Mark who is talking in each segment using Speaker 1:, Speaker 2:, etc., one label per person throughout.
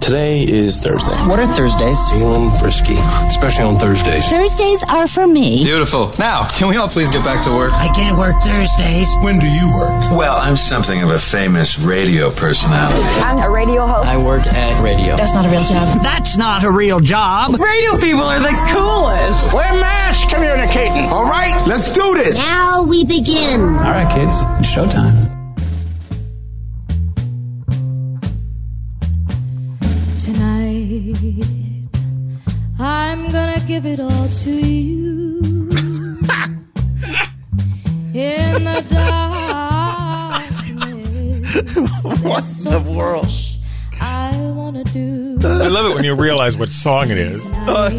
Speaker 1: Today is Thursday.
Speaker 2: What are Thursdays?
Speaker 3: Feeling frisky, especially on Thursdays.
Speaker 4: Thursdays are for me.
Speaker 5: Beautiful. Now, can we all please get back to work?
Speaker 6: I can't work Thursdays.
Speaker 7: When do you work?
Speaker 8: Well, I'm something of a famous radio personality.
Speaker 9: I'm a radio host.
Speaker 2: I work at radio.
Speaker 4: That's not a real job.
Speaker 6: That's not a real job.
Speaker 10: Radio people are the coolest.
Speaker 11: We're mass communicating. All right, let's do this.
Speaker 4: Now we begin.
Speaker 12: All right, kids, it's showtime.
Speaker 13: tonight. I'm gonna give it all to you. In the darkness.
Speaker 14: What
Speaker 13: there's
Speaker 14: in the world?
Speaker 13: much I wanna do.
Speaker 15: I love it when you realize what song it is.
Speaker 13: tonight.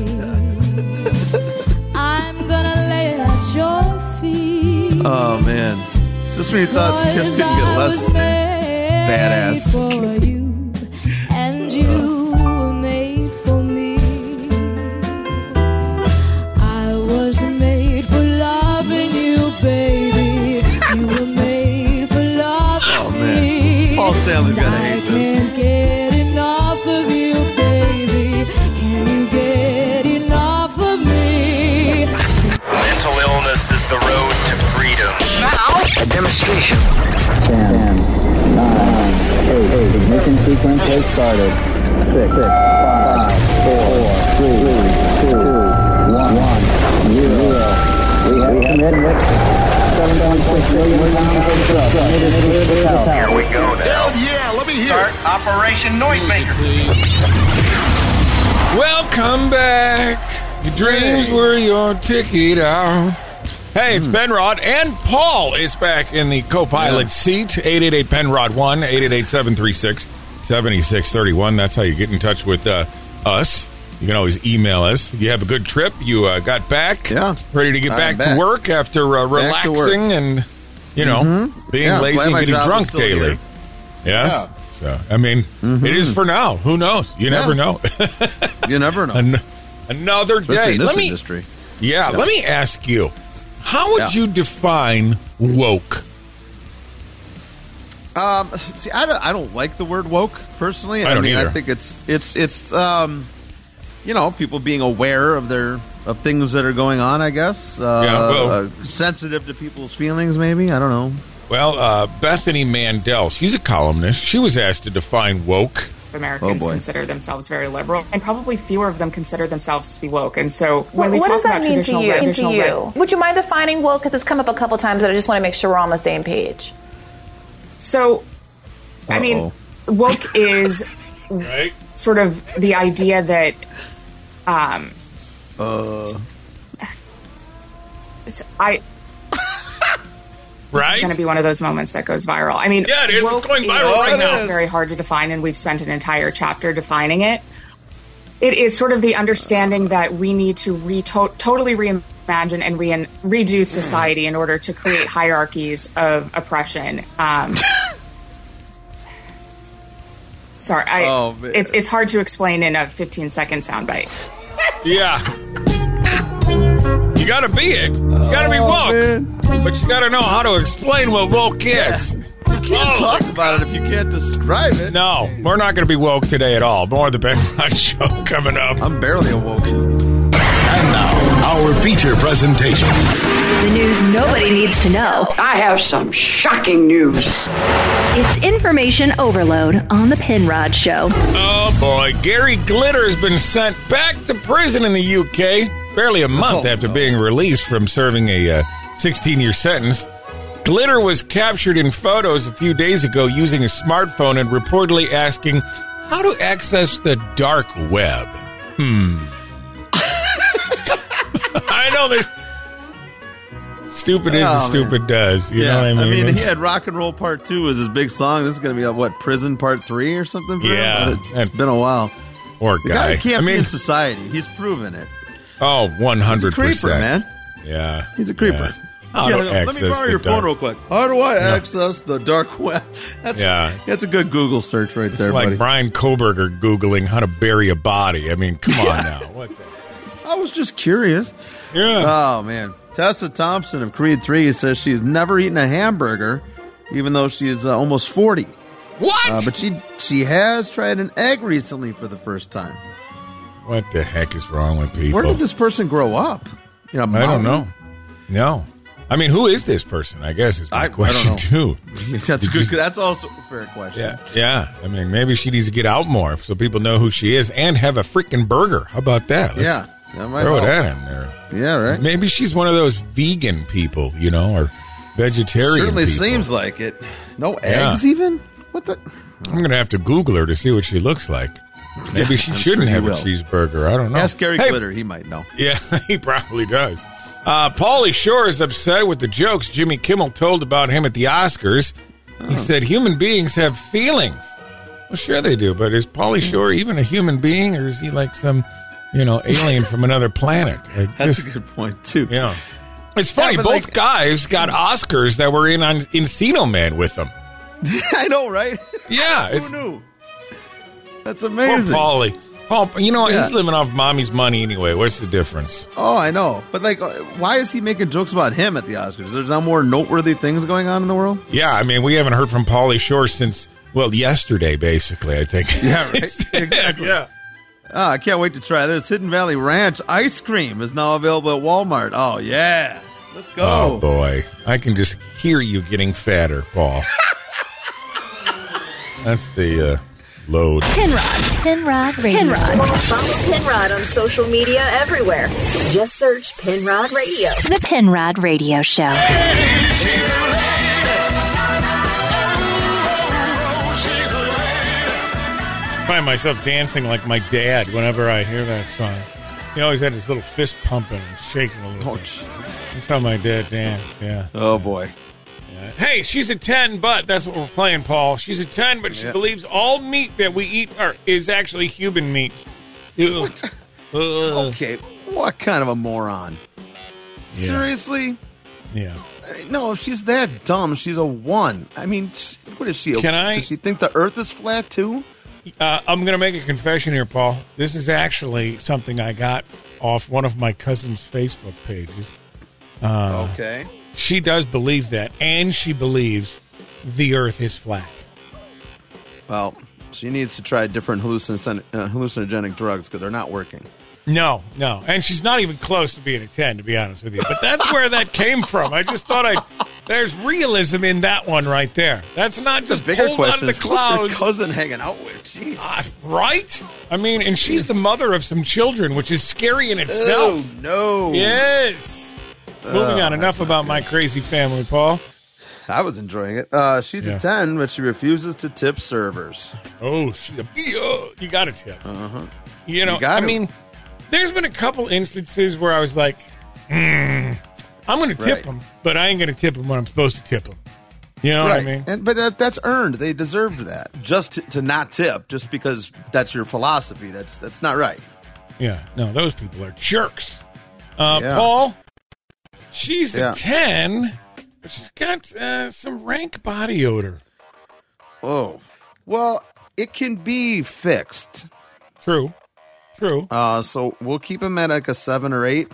Speaker 13: I'm gonna lay at your feet.
Speaker 14: Oh man, just when you thought Kiss didn't get less
Speaker 13: badass.
Speaker 14: badass. Uh.
Speaker 13: For you, and you were made for me. I was made for loving you, baby. You were made for loving
Speaker 14: Oh, man.
Speaker 13: me.
Speaker 14: Paul Stanley's gotta
Speaker 13: And
Speaker 14: hate
Speaker 13: I
Speaker 14: this.
Speaker 13: can't get enough of you, baby. Can you get enough of me?
Speaker 16: Mental illness is the road to freedom.
Speaker 6: A demonstration.
Speaker 16: Here we go now.
Speaker 14: Yeah, let me hear.
Speaker 16: Start Operation Noisemaker.
Speaker 15: Welcome back. Your dreams were your ticket out. Hey,
Speaker 14: Hmm.
Speaker 15: it's Penrod and Paul is back in the co-pilot seat. 888 Penrod 1 888 736 7631. That's how you get in touch with uh, us. You can always email us. You have a good trip. You uh, got back.
Speaker 14: Yeah.
Speaker 15: Ready to get
Speaker 14: I'm
Speaker 15: back,
Speaker 14: back.
Speaker 15: to work after uh,
Speaker 14: Back to
Speaker 15: relaxing
Speaker 14: work. Mm-hmm.
Speaker 15: and, you know, being
Speaker 14: Yeah, I'm
Speaker 15: lazy
Speaker 14: glad
Speaker 15: and
Speaker 14: my
Speaker 15: getting
Speaker 14: job is
Speaker 15: drunk
Speaker 14: still
Speaker 15: daily.
Speaker 14: here.
Speaker 15: Yes.
Speaker 14: Yeah.
Speaker 15: So, I mean, it is for now. Who knows? You
Speaker 14: Yeah.
Speaker 15: never know.
Speaker 14: You never know.
Speaker 15: An- another
Speaker 14: Especially
Speaker 15: day.
Speaker 14: in this
Speaker 15: Let me,
Speaker 14: industry.
Speaker 15: yeah,
Speaker 14: Yeah.
Speaker 15: let me ask you: How would
Speaker 14: Yeah.
Speaker 15: you define woke?
Speaker 14: Um, see, I don't, I don't like the word woke personally.
Speaker 15: I don't
Speaker 14: mean,
Speaker 15: either.
Speaker 14: I think it's it's it's um, you know, people being aware of their of things that are going on. I guess. Uh,
Speaker 15: Yeah, well-
Speaker 14: uh, sensitive to people's feelings. Maybe I don't know.
Speaker 15: Well, uh, Bethany Mandel, she's a columnist. She was asked to define woke.
Speaker 17: Americans
Speaker 14: Oh, boy.
Speaker 17: consider themselves very liberal, and probably fewer of them consider themselves to be woke. And so when
Speaker 9: What,
Speaker 17: we
Speaker 9: what
Speaker 17: talk
Speaker 9: does that
Speaker 17: about
Speaker 9: mean to
Speaker 17: traditional
Speaker 9: you?
Speaker 17: right,
Speaker 9: to
Speaker 17: traditional
Speaker 9: you?
Speaker 17: right,
Speaker 9: Would you mind defining woke? Because it's come up a couple times, and I just want to make sure we're on the same page.
Speaker 17: so I mean, woke is
Speaker 15: Right?
Speaker 17: sort of the idea that um
Speaker 14: Uh.
Speaker 17: s- I
Speaker 15: Right?
Speaker 17: it's going to be one of those moments that goes viral. I mean,
Speaker 15: Yeah, it is. It's
Speaker 17: woke
Speaker 15: going
Speaker 17: is
Speaker 15: viral right
Speaker 17: something
Speaker 15: now.
Speaker 17: that's very hard to define, and we've spent an entire chapter defining it. It is sort of the understanding that we need to re- to- totally reimagine and re- redo society in order to create hierarchies of oppression. Um, sorry, I,
Speaker 14: Oh, man.
Speaker 17: it's it's hard to explain in a 15 second soundbite.
Speaker 15: yeah. You got to be it. You got to be
Speaker 14: Oh,
Speaker 15: woke, but you got to know how to explain what woke is.
Speaker 14: You can't
Speaker 15: Oh,
Speaker 14: talk about it if you can't describe it.
Speaker 15: No, we're not going to be woke today at all. More of the Ben Rod Show coming up.
Speaker 14: I'm barely awoke.
Speaker 7: And now, our feature presentation.
Speaker 18: The news nobody needs to know.
Speaker 6: I have some shocking news.
Speaker 18: It's information overload on The Penrod Show.
Speaker 15: Oh boy, Gary Glitter has been sent back to prison in the UK barely a month
Speaker 14: Oh,
Speaker 15: after
Speaker 14: no.
Speaker 15: being released from serving a 16 year sentence. Glitter was captured in photos a few days ago using a smartphone and reportedly asking how to access the dark web. Hmm. I know this. Stupid is as
Speaker 14: Oh, man.
Speaker 15: stupid does. You know what I mean?
Speaker 14: he
Speaker 15: It's-
Speaker 14: had Rock and Roll Part 2 as his big song. This is going to be, uh, what, Prison Part 3 or something? For
Speaker 15: Yeah.
Speaker 14: Him? It's been a while.
Speaker 15: poor
Speaker 14: The guy
Speaker 15: guy.
Speaker 14: can't
Speaker 15: I
Speaker 14: be
Speaker 15: mean,
Speaker 14: in society. He's proven it.
Speaker 15: oh, 100%.
Speaker 14: Creeper, man.
Speaker 15: Yeah.
Speaker 14: He's a creeper.
Speaker 15: Yeah. How
Speaker 14: Yeah,
Speaker 15: to
Speaker 14: let me
Speaker 15: access
Speaker 14: borrow
Speaker 15: the
Speaker 14: your phone
Speaker 15: dark-
Speaker 14: real quick. How do I access the dark web? That's,
Speaker 15: Yeah.
Speaker 14: That's a good Google search right
Speaker 15: It's
Speaker 14: there,
Speaker 15: like
Speaker 14: buddy.
Speaker 15: Brian Koberger googling how to bury a body. I mean, come on now. What the-
Speaker 14: I was just curious.
Speaker 15: yeah.
Speaker 14: Oh, man. Tessa Thompson of Creed 3 says she's never eaten a hamburger, even though she's uh, almost 40.
Speaker 15: What?
Speaker 14: Uh, but she she has tried an egg recently for the first time.
Speaker 15: What the heck is wrong with people?
Speaker 14: Where did this person grow up?
Speaker 15: You know, I don't know. No. I mean, who is this person? I guess is my
Speaker 14: I- I
Speaker 15: question
Speaker 14: don't
Speaker 15: too.
Speaker 14: That's good. That's also a fair question.
Speaker 15: Yeah, yeah. I mean, maybe she needs to get out more so people know who she is and have a freaking burger. How about that?
Speaker 14: Yeah, that might
Speaker 15: throw
Speaker 14: help.
Speaker 15: that in there.
Speaker 14: Yeah, right.
Speaker 15: Maybe she's one of those vegan people, you know, or vegetarian.
Speaker 14: Certainly
Speaker 15: people.
Speaker 14: seems like it. No
Speaker 15: Yeah.
Speaker 14: eggs, even. What the?
Speaker 15: I'm gonna have to Google her to see what she looks like. Maybe she
Speaker 14: I'm
Speaker 15: shouldn't
Speaker 14: sure you
Speaker 15: have a
Speaker 14: will.
Speaker 15: cheeseburger. I don't know.
Speaker 14: Ask Gary
Speaker 15: Hey,
Speaker 14: Glitter. He might know.
Speaker 15: Yeah, he probably does. Uh, Paulie Shore is upset with the jokes Jimmy Kimmel told about him at the Oscars. He
Speaker 14: Oh.
Speaker 15: said human beings have feelings. Well, sure they do, but is
Speaker 14: Hmm.
Speaker 15: Paulie Shore even a human being, or is he like some, you know, alien from another planet? Like
Speaker 14: That's
Speaker 15: this-
Speaker 14: a good point too.
Speaker 15: yeah. It's funny.
Speaker 14: but,
Speaker 15: both
Speaker 14: like-
Speaker 15: guys got Oscars that were in on Encino Man with them.
Speaker 14: I know, right?
Speaker 15: Yeah,
Speaker 14: Who
Speaker 15: it's
Speaker 14: knew? That's
Speaker 15: poor
Speaker 14: amazing.
Speaker 15: Paulie. Paul, you know
Speaker 14: Yeah.
Speaker 15: he's living off mommy's money anyway. What's the difference?
Speaker 14: Oh, I know. But like, uh, why is he making jokes about him at the Oscars? There's no more noteworthy things going on in the world.
Speaker 15: Yeah, I mean, we haven't heard from Paulie Shore since well yesterday, basically. I think.
Speaker 14: Yeah, right. exactly.
Speaker 15: yeah.
Speaker 14: Ah, I can't wait to try this. Hidden Valley Ranch ice cream is now available at Walmart. Oh yeah, let's
Speaker 15: Oh.
Speaker 14: go.
Speaker 15: boy, I can just hear you getting fatter, Paul. That's the uh, load.
Speaker 1: Penrod.
Speaker 19: Penrod Radio.
Speaker 1: Penrod. Follow Penrod on social media everywhere. Just search Penrod Radio.
Speaker 19: The Penrod Radio Show.
Speaker 15: find myself dancing like my dad whenever I hear that song. He always had his little fist pumping and shaking a little.
Speaker 14: Oh,
Speaker 15: bit. That's how my dad danced. Yeah.
Speaker 14: Oh boy.
Speaker 15: Hey, she's a 10, but that's what we're playing, Paul. She's a 10, but she
Speaker 14: Yeah.
Speaker 15: believes all meat that we eat are, is actually human meat. Ugh. Ugh.
Speaker 14: Okay, what kind of a moron?
Speaker 15: Oh. Yeah.
Speaker 14: Seriously?
Speaker 15: Yeah.
Speaker 14: I mean, No, if she's that dumb, she's a one. I mean, sh- what is she? a-
Speaker 15: Can I-
Speaker 14: Does she think the Earth is flat too?
Speaker 15: Uh, I'm going to make a confession here, Paul. This is actually something I got off one of my cousin's Facebook pages. Uh,
Speaker 14: Okay.
Speaker 15: She does believe that, and she believes the earth is flat.
Speaker 14: Well, she needs to try different hallucin- uh, hallucinogenic drugs because they're not working.
Speaker 15: No, no. And she's not even close to being a 10, to be honest with you. But that's where that came from. I just thought I. There's realism in that one right there. That's not just
Speaker 14: Bigger
Speaker 15: pulled out of
Speaker 14: question
Speaker 15: the
Speaker 14: is, who's your
Speaker 15: clouds.
Speaker 14: cousin hanging out with? Jeez.
Speaker 15: Uh, right? I mean, and she's the mother of some children, which is scary in itself.
Speaker 14: Oh, no.
Speaker 15: Yes. Moving
Speaker 14: Oh,
Speaker 15: on. Enough about my crazy family, Paul.
Speaker 14: I was enjoying it. Uh, she's
Speaker 15: Yeah.
Speaker 14: a 10, but she refuses to tip servers.
Speaker 15: Oh, she's a, Yeah, you got to tip.
Speaker 14: Uh-huh.
Speaker 15: You know,
Speaker 14: got
Speaker 15: I
Speaker 14: to.
Speaker 15: mean, there's been a couple instances where I was like, "Mm, I'm going to tip
Speaker 14: Right.
Speaker 15: them, but I ain't going to tip them when I'm supposed to tip them. You know what I mean?
Speaker 14: And, but that, that's earned. They deserved that. Just to, to not tip, just because that's your philosophy. That's that's not right.
Speaker 15: Yeah. No, those people are jerks. Uh,
Speaker 14: Yeah.
Speaker 15: Paul, she's
Speaker 14: Yeah.
Speaker 15: a 10, but she's got uh, some rank body odor.
Speaker 14: Oh, well, it can be fixed.
Speaker 15: True. True.
Speaker 14: Uh, so we'll keep him at like a seven or eight,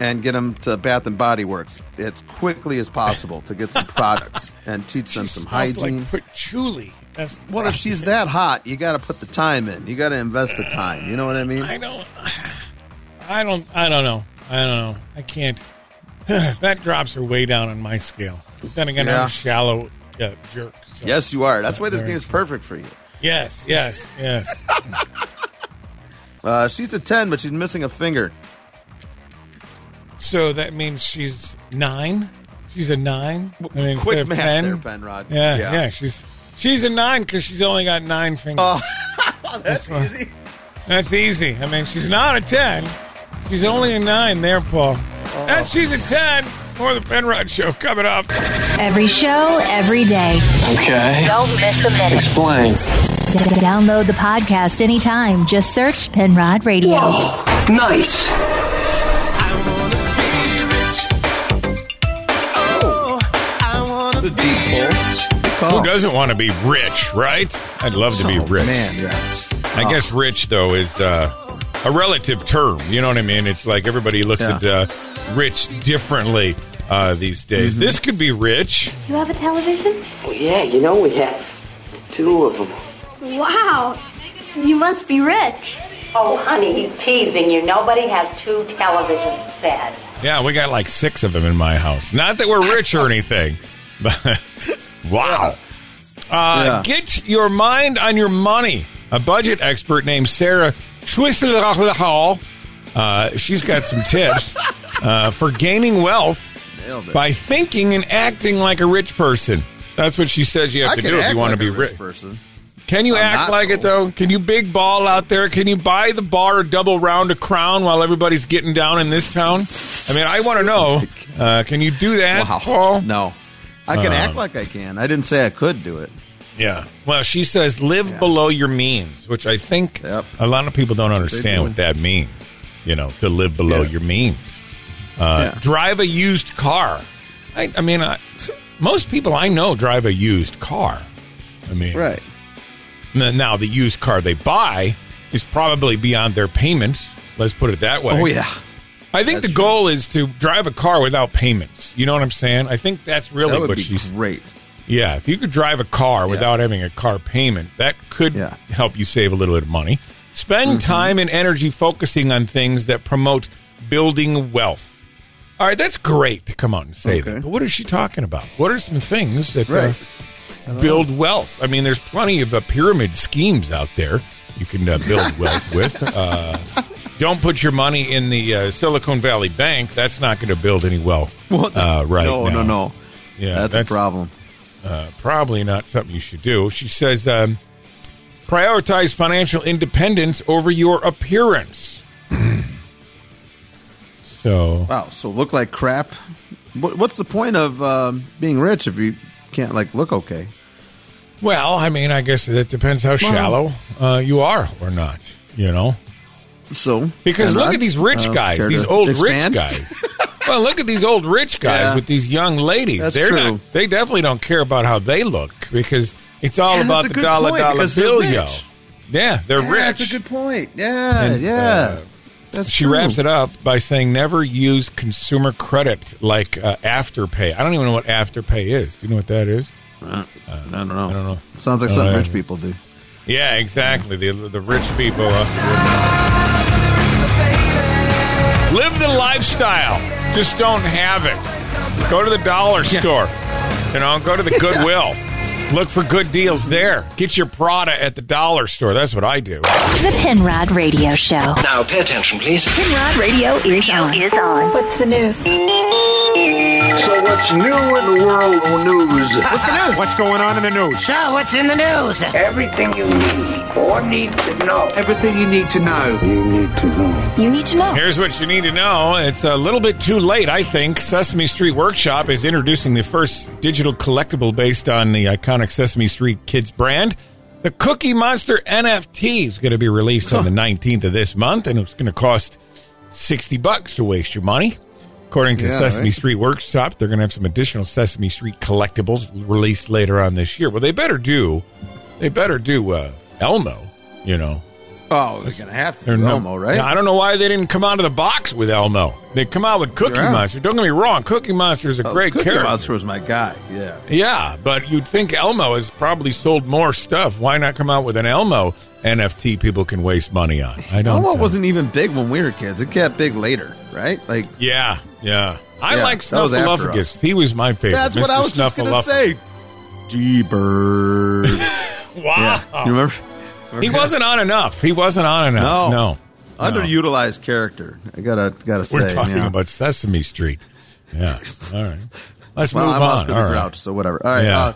Speaker 14: and get him to Bath and Body Works as quickly as possible to get some products and teach them some
Speaker 15: Smells
Speaker 14: hygiene.
Speaker 15: Like patchouli. That's
Speaker 14: what if she's that hot? You got to put the time in. You got to invest the time. You know what I mean?
Speaker 15: I don't. I don't. I don't know. I don't know. I can't. that drops her way down on my scale. Then again, I'm
Speaker 14: Yeah.
Speaker 15: a shallow uh, jerk. so-
Speaker 14: Yes, you are. That's why this
Speaker 15: Very
Speaker 14: game is
Speaker 15: true.
Speaker 14: perfect for you.
Speaker 15: Yes. Yes. Yes.
Speaker 14: Uh, she's a ten, but she's missing a finger.
Speaker 15: so that means she's nine. She's a nine. I mean, instead
Speaker 14: quick
Speaker 15: of
Speaker 14: math
Speaker 15: 10.
Speaker 14: there, Penrod.
Speaker 15: Yeah, yeah.
Speaker 14: Yeah.
Speaker 15: She's she's a nine because she's only got nine fingers.
Speaker 14: Oh, that's easy.
Speaker 15: That's easy. I mean, she's not a 10. She's only a 9 there, Paul.
Speaker 14: Oh.
Speaker 15: That's she's a 10. More of the Penrod Show coming up.
Speaker 19: Every show, every day.
Speaker 2: Okay.
Speaker 19: Don't miss a minute.
Speaker 2: Explain.
Speaker 19: D- download the podcast anytime. Just search Penrod Radio.
Speaker 6: Nice.
Speaker 14: The deep
Speaker 15: Who doesn't want to be rich, right? I'd love to be rich.
Speaker 14: Oh, Man, yeah.
Speaker 15: I guess rich, though, is uh, a relative term. You know what I mean? It's like everybody looks
Speaker 14: Yeah.
Speaker 15: at uh, rich differently
Speaker 14: Mm-hmm.
Speaker 15: uh, these days. This could be rich.
Speaker 18: You have a television?
Speaker 6: Well, yeah, you know we have
Speaker 20: Two of them.
Speaker 21: Wow. You must be rich.
Speaker 22: Oh, honey, he's teasing you. Nobody has two television sets.
Speaker 15: Yeah, we got like six of them in my house. Not that we're rich or anything, but wow.
Speaker 23: Yeah.
Speaker 15: Uh, Get your mind on your money. A budget expert named Sarah Twisler uh, she's got some tips uh, for gaining wealth
Speaker 14: Nailed it.
Speaker 15: by thinking and acting like a rich person. That's what she says you have
Speaker 14: I
Speaker 15: to
Speaker 14: can
Speaker 15: do if
Speaker 14: act
Speaker 15: you want
Speaker 14: like
Speaker 15: to be
Speaker 14: a rich
Speaker 15: rich.
Speaker 14: person.
Speaker 15: Can you
Speaker 14: I'm
Speaker 15: act
Speaker 14: not,
Speaker 15: like it though? Can you big ball out there? Can you buy the bar a double round of crown while everybody's getting down in this town? I mean, I want to know. Uh, can you do that,
Speaker 14: Oh Wow.
Speaker 15: Paul?
Speaker 14: No, I can
Speaker 15: Uh,
Speaker 14: act like I can. I didn't say I could do it.
Speaker 15: Yeah. Well, she says live below your means, which I think a lot of people don't understand
Speaker 14: do.
Speaker 15: what that means. You know, to live below your means. Uh,
Speaker 14: Yeah.
Speaker 15: Drive a used car. I, I mean, I, most people I know drive a used car. I mean, right. Now, the used car they buy is probably beyond their payments. Let's put it that way.
Speaker 14: Oh, yeah.
Speaker 15: I think the goal is to drive a car without payments. You know what I'm saying? I think that's really
Speaker 14: That would
Speaker 15: what
Speaker 14: be
Speaker 15: she's
Speaker 14: great.
Speaker 15: Yeah, if you could drive a car without having a car payment, that could help you save a little bit of money. Spend
Speaker 14: Mm-hmm.
Speaker 15: time and energy focusing on things that promote building wealth. All right, that's great to come out and say that. But what is she talking about? What are some things that uh,
Speaker 14: Right.
Speaker 15: build wealth? I mean, there's plenty of uh, pyramid schemes out there you can uh, build wealth with. Uh, don't put your money in the uh, Silicon Valley Bank. That's not going to build any wealth uh, right
Speaker 14: No,
Speaker 15: now.
Speaker 14: no, no.
Speaker 15: Yeah,
Speaker 14: That's a problem.
Speaker 15: Uh, probably not something you should do. She says, um, prioritize financial independence over your appearance. so,
Speaker 14: Wow. So look like crap. What, what's the point of um, being rich if you can't like look okay?
Speaker 15: well, I mean, I guess it depends how shallow uh, you are or not. You know,
Speaker 14: So
Speaker 15: Because
Speaker 14: I'm
Speaker 15: look
Speaker 14: not,
Speaker 15: at these rich
Speaker 14: uh,
Speaker 15: guys,
Speaker 14: care
Speaker 15: these
Speaker 14: to
Speaker 15: old
Speaker 14: expand?
Speaker 15: rich guys. well, look at these old rich guys
Speaker 14: Yeah.
Speaker 15: with these young ladies.
Speaker 14: That's
Speaker 15: They're
Speaker 14: true.
Speaker 15: not. They definitely don't care about how they look because it's all
Speaker 14: Yeah, that's
Speaker 15: about
Speaker 14: a
Speaker 15: the
Speaker 14: good
Speaker 15: dollar
Speaker 14: point,
Speaker 15: dollar
Speaker 14: because they're
Speaker 15: bill,
Speaker 14: rich.
Speaker 15: yo. Yeah, they're
Speaker 14: Yeah,
Speaker 15: rich.
Speaker 14: That's a good point. Yeah,
Speaker 15: And,
Speaker 14: yeah.
Speaker 15: uh,
Speaker 14: That's
Speaker 15: she
Speaker 14: true.
Speaker 15: wraps it up by saying, "Never use consumer credit like uh, afterpay." I don't even know what afterpay is. Do you know what that is?
Speaker 14: I don't know. I
Speaker 15: don't know.
Speaker 14: Sounds like
Speaker 15: Uh,
Speaker 14: something rich people do.
Speaker 15: Yeah, exactly. The the rich people uh, live the lifestyle, just don't have it. Go to the dollar store, you know. Go to the Goodwill. Look for good deals there. Get your Prada at the dollar store. That's what I do.
Speaker 19: The Pinrod Radio Show.
Speaker 15: Now pay attention, please.
Speaker 19: Pinrod Radio is on. Is on. What's the news?
Speaker 24: So what's new in the world of news?
Speaker 6: What's the news?
Speaker 24: What's going on in the news?
Speaker 6: So, what's in the news? Everything you need or need to know.
Speaker 24: Everything you need to know. You need to know.
Speaker 6: You need to know.
Speaker 15: Here's what you need to know. It's a little bit too late, I think. Sesame Street Workshop is introducing the first digital collectible based on the iconic Sesame Street Kids brand. The Cookie Monster NFT is going to be released on the 19th of this month, and it's going to cost 60 bucks to waste your money. According to
Speaker 24: Yeah,
Speaker 15: Sesame
Speaker 24: right.
Speaker 15: Street Workshop, they're going to have some additional Sesame Street collectibles released later on this year. Well, they better do. They better do uh, Elmo, you know.
Speaker 14: Oh, they're gonna have to
Speaker 15: Or
Speaker 14: do
Speaker 15: no-
Speaker 14: Elmo, right?
Speaker 15: Yeah, I don't know why they didn't come out of the box with Elmo. They come out with Cookie
Speaker 14: Yeah.
Speaker 15: Monster. Don't get me wrong, Cookie Monster is a
Speaker 14: Oh,
Speaker 15: great
Speaker 14: Cookie
Speaker 15: character.
Speaker 14: Monster was my guy. Yeah.
Speaker 15: Yeah, but you'd think Elmo has probably sold more stuff. Why not come out with an Elmo NFT people can waste money on? I don't.
Speaker 14: Elmo
Speaker 15: uh,
Speaker 14: wasn't even big when we were kids. It got big later, right? Like
Speaker 15: yeah, yeah. I
Speaker 14: Yeah,
Speaker 15: like
Speaker 14: that was after
Speaker 15: Snuffleupagus.
Speaker 14: us.
Speaker 15: He was my favorite.
Speaker 14: that's what
Speaker 15: Mr.
Speaker 14: I was just gonna
Speaker 15: Snuffleupagus.
Speaker 14: say. G bird.
Speaker 15: Wow.
Speaker 14: You remember?
Speaker 15: He wasn't on enough. He wasn't on enough. No.
Speaker 14: No. Underutilized character. I gotta gotta say.
Speaker 15: We're talking
Speaker 14: yeah.
Speaker 15: about Sesame Street. Yeah. All right. Let's
Speaker 14: well,
Speaker 15: move
Speaker 14: I must
Speaker 15: on.
Speaker 14: be
Speaker 15: All
Speaker 14: the
Speaker 15: right.
Speaker 14: grouch, so whatever. All right.
Speaker 15: Yeah.
Speaker 14: Uh,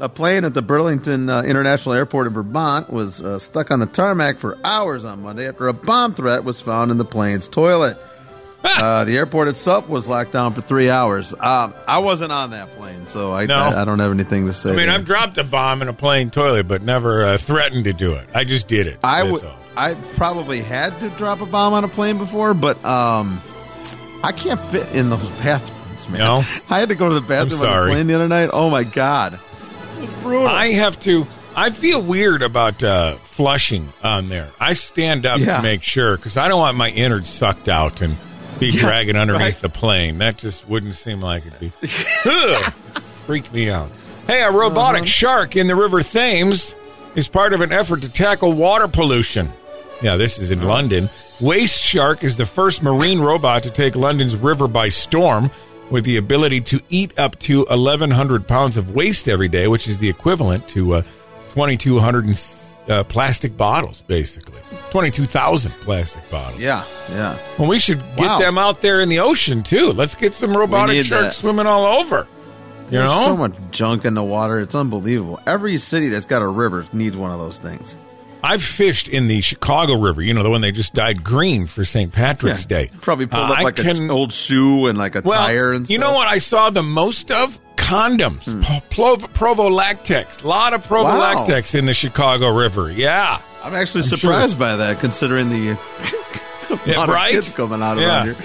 Speaker 14: a plane at the Burlington uh, International Airport in Vermont was uh, stuck on the tarmac for hours on Monday after a bomb threat was found in the plane's toilet. uh, the airport itself was locked down for three hours. Um, I wasn't on that plane, so I,
Speaker 15: No.
Speaker 14: I, I don't have anything to say.
Speaker 15: I mean,
Speaker 14: there.
Speaker 15: I've dropped a bomb in a plane toilet, but never uh, threatened to do it. I just did it.
Speaker 14: I
Speaker 15: That's
Speaker 14: would.
Speaker 15: all.
Speaker 14: I probably had to drop a bomb on a plane before, but um, I can't fit in those bathrooms, man.
Speaker 15: No?
Speaker 14: I had to go to the bathroom on
Speaker 15: sorry.
Speaker 14: the plane the other night. Oh my god!
Speaker 15: I have to. I feel weird about uh, flushing on there. I stand up
Speaker 14: Yeah.
Speaker 15: to make sure because I don't want my innards sucked out and be
Speaker 14: Yeah,
Speaker 15: dragging underneath
Speaker 14: right.
Speaker 15: the plane. That just wouldn't seem like it'd be.
Speaker 14: Uh-huh.
Speaker 15: Ugh, freaked me out. Hey, a robotic shark in the River Thames is part of an effort to tackle water pollution. Yeah, this is in
Speaker 14: Oh.
Speaker 15: London. Waste Shark is the first marine robot to take London's river by storm with the ability to eat up to 1,100 pounds of waste every day, which is the equivalent to uh, 2,200 and, uh, plastic bottles, basically. 22,000 plastic bottles.
Speaker 14: Yeah, yeah.
Speaker 15: Well, we should get
Speaker 14: Wow.
Speaker 15: them out there in the ocean, too. Let's get some
Speaker 14: We
Speaker 15: robotic
Speaker 14: need
Speaker 15: sharks
Speaker 14: that.
Speaker 15: swimming all over. You
Speaker 14: There's
Speaker 15: know?
Speaker 14: so much junk in the water. It's unbelievable. Every city that's got a river needs one of those things.
Speaker 15: I've fished in the Chicago River, you know, the one they just dyed green for St. Patrick's Day.
Speaker 14: Probably pulled
Speaker 15: Uh,
Speaker 14: up
Speaker 15: I
Speaker 14: like
Speaker 15: can-
Speaker 14: an old shoe and like a
Speaker 15: well,
Speaker 14: tire and stuff. Hmm.
Speaker 15: You know what I saw the most of? Condoms. Pro- Pro- provolactex. A lot of provolactex in the Chicago River. Yeah.
Speaker 14: I'm actually
Speaker 15: sure
Speaker 14: surprised
Speaker 15: it's-
Speaker 14: by that, considering the
Speaker 15: Yeah,
Speaker 14: amount of
Speaker 15: right?
Speaker 14: kids coming out around here.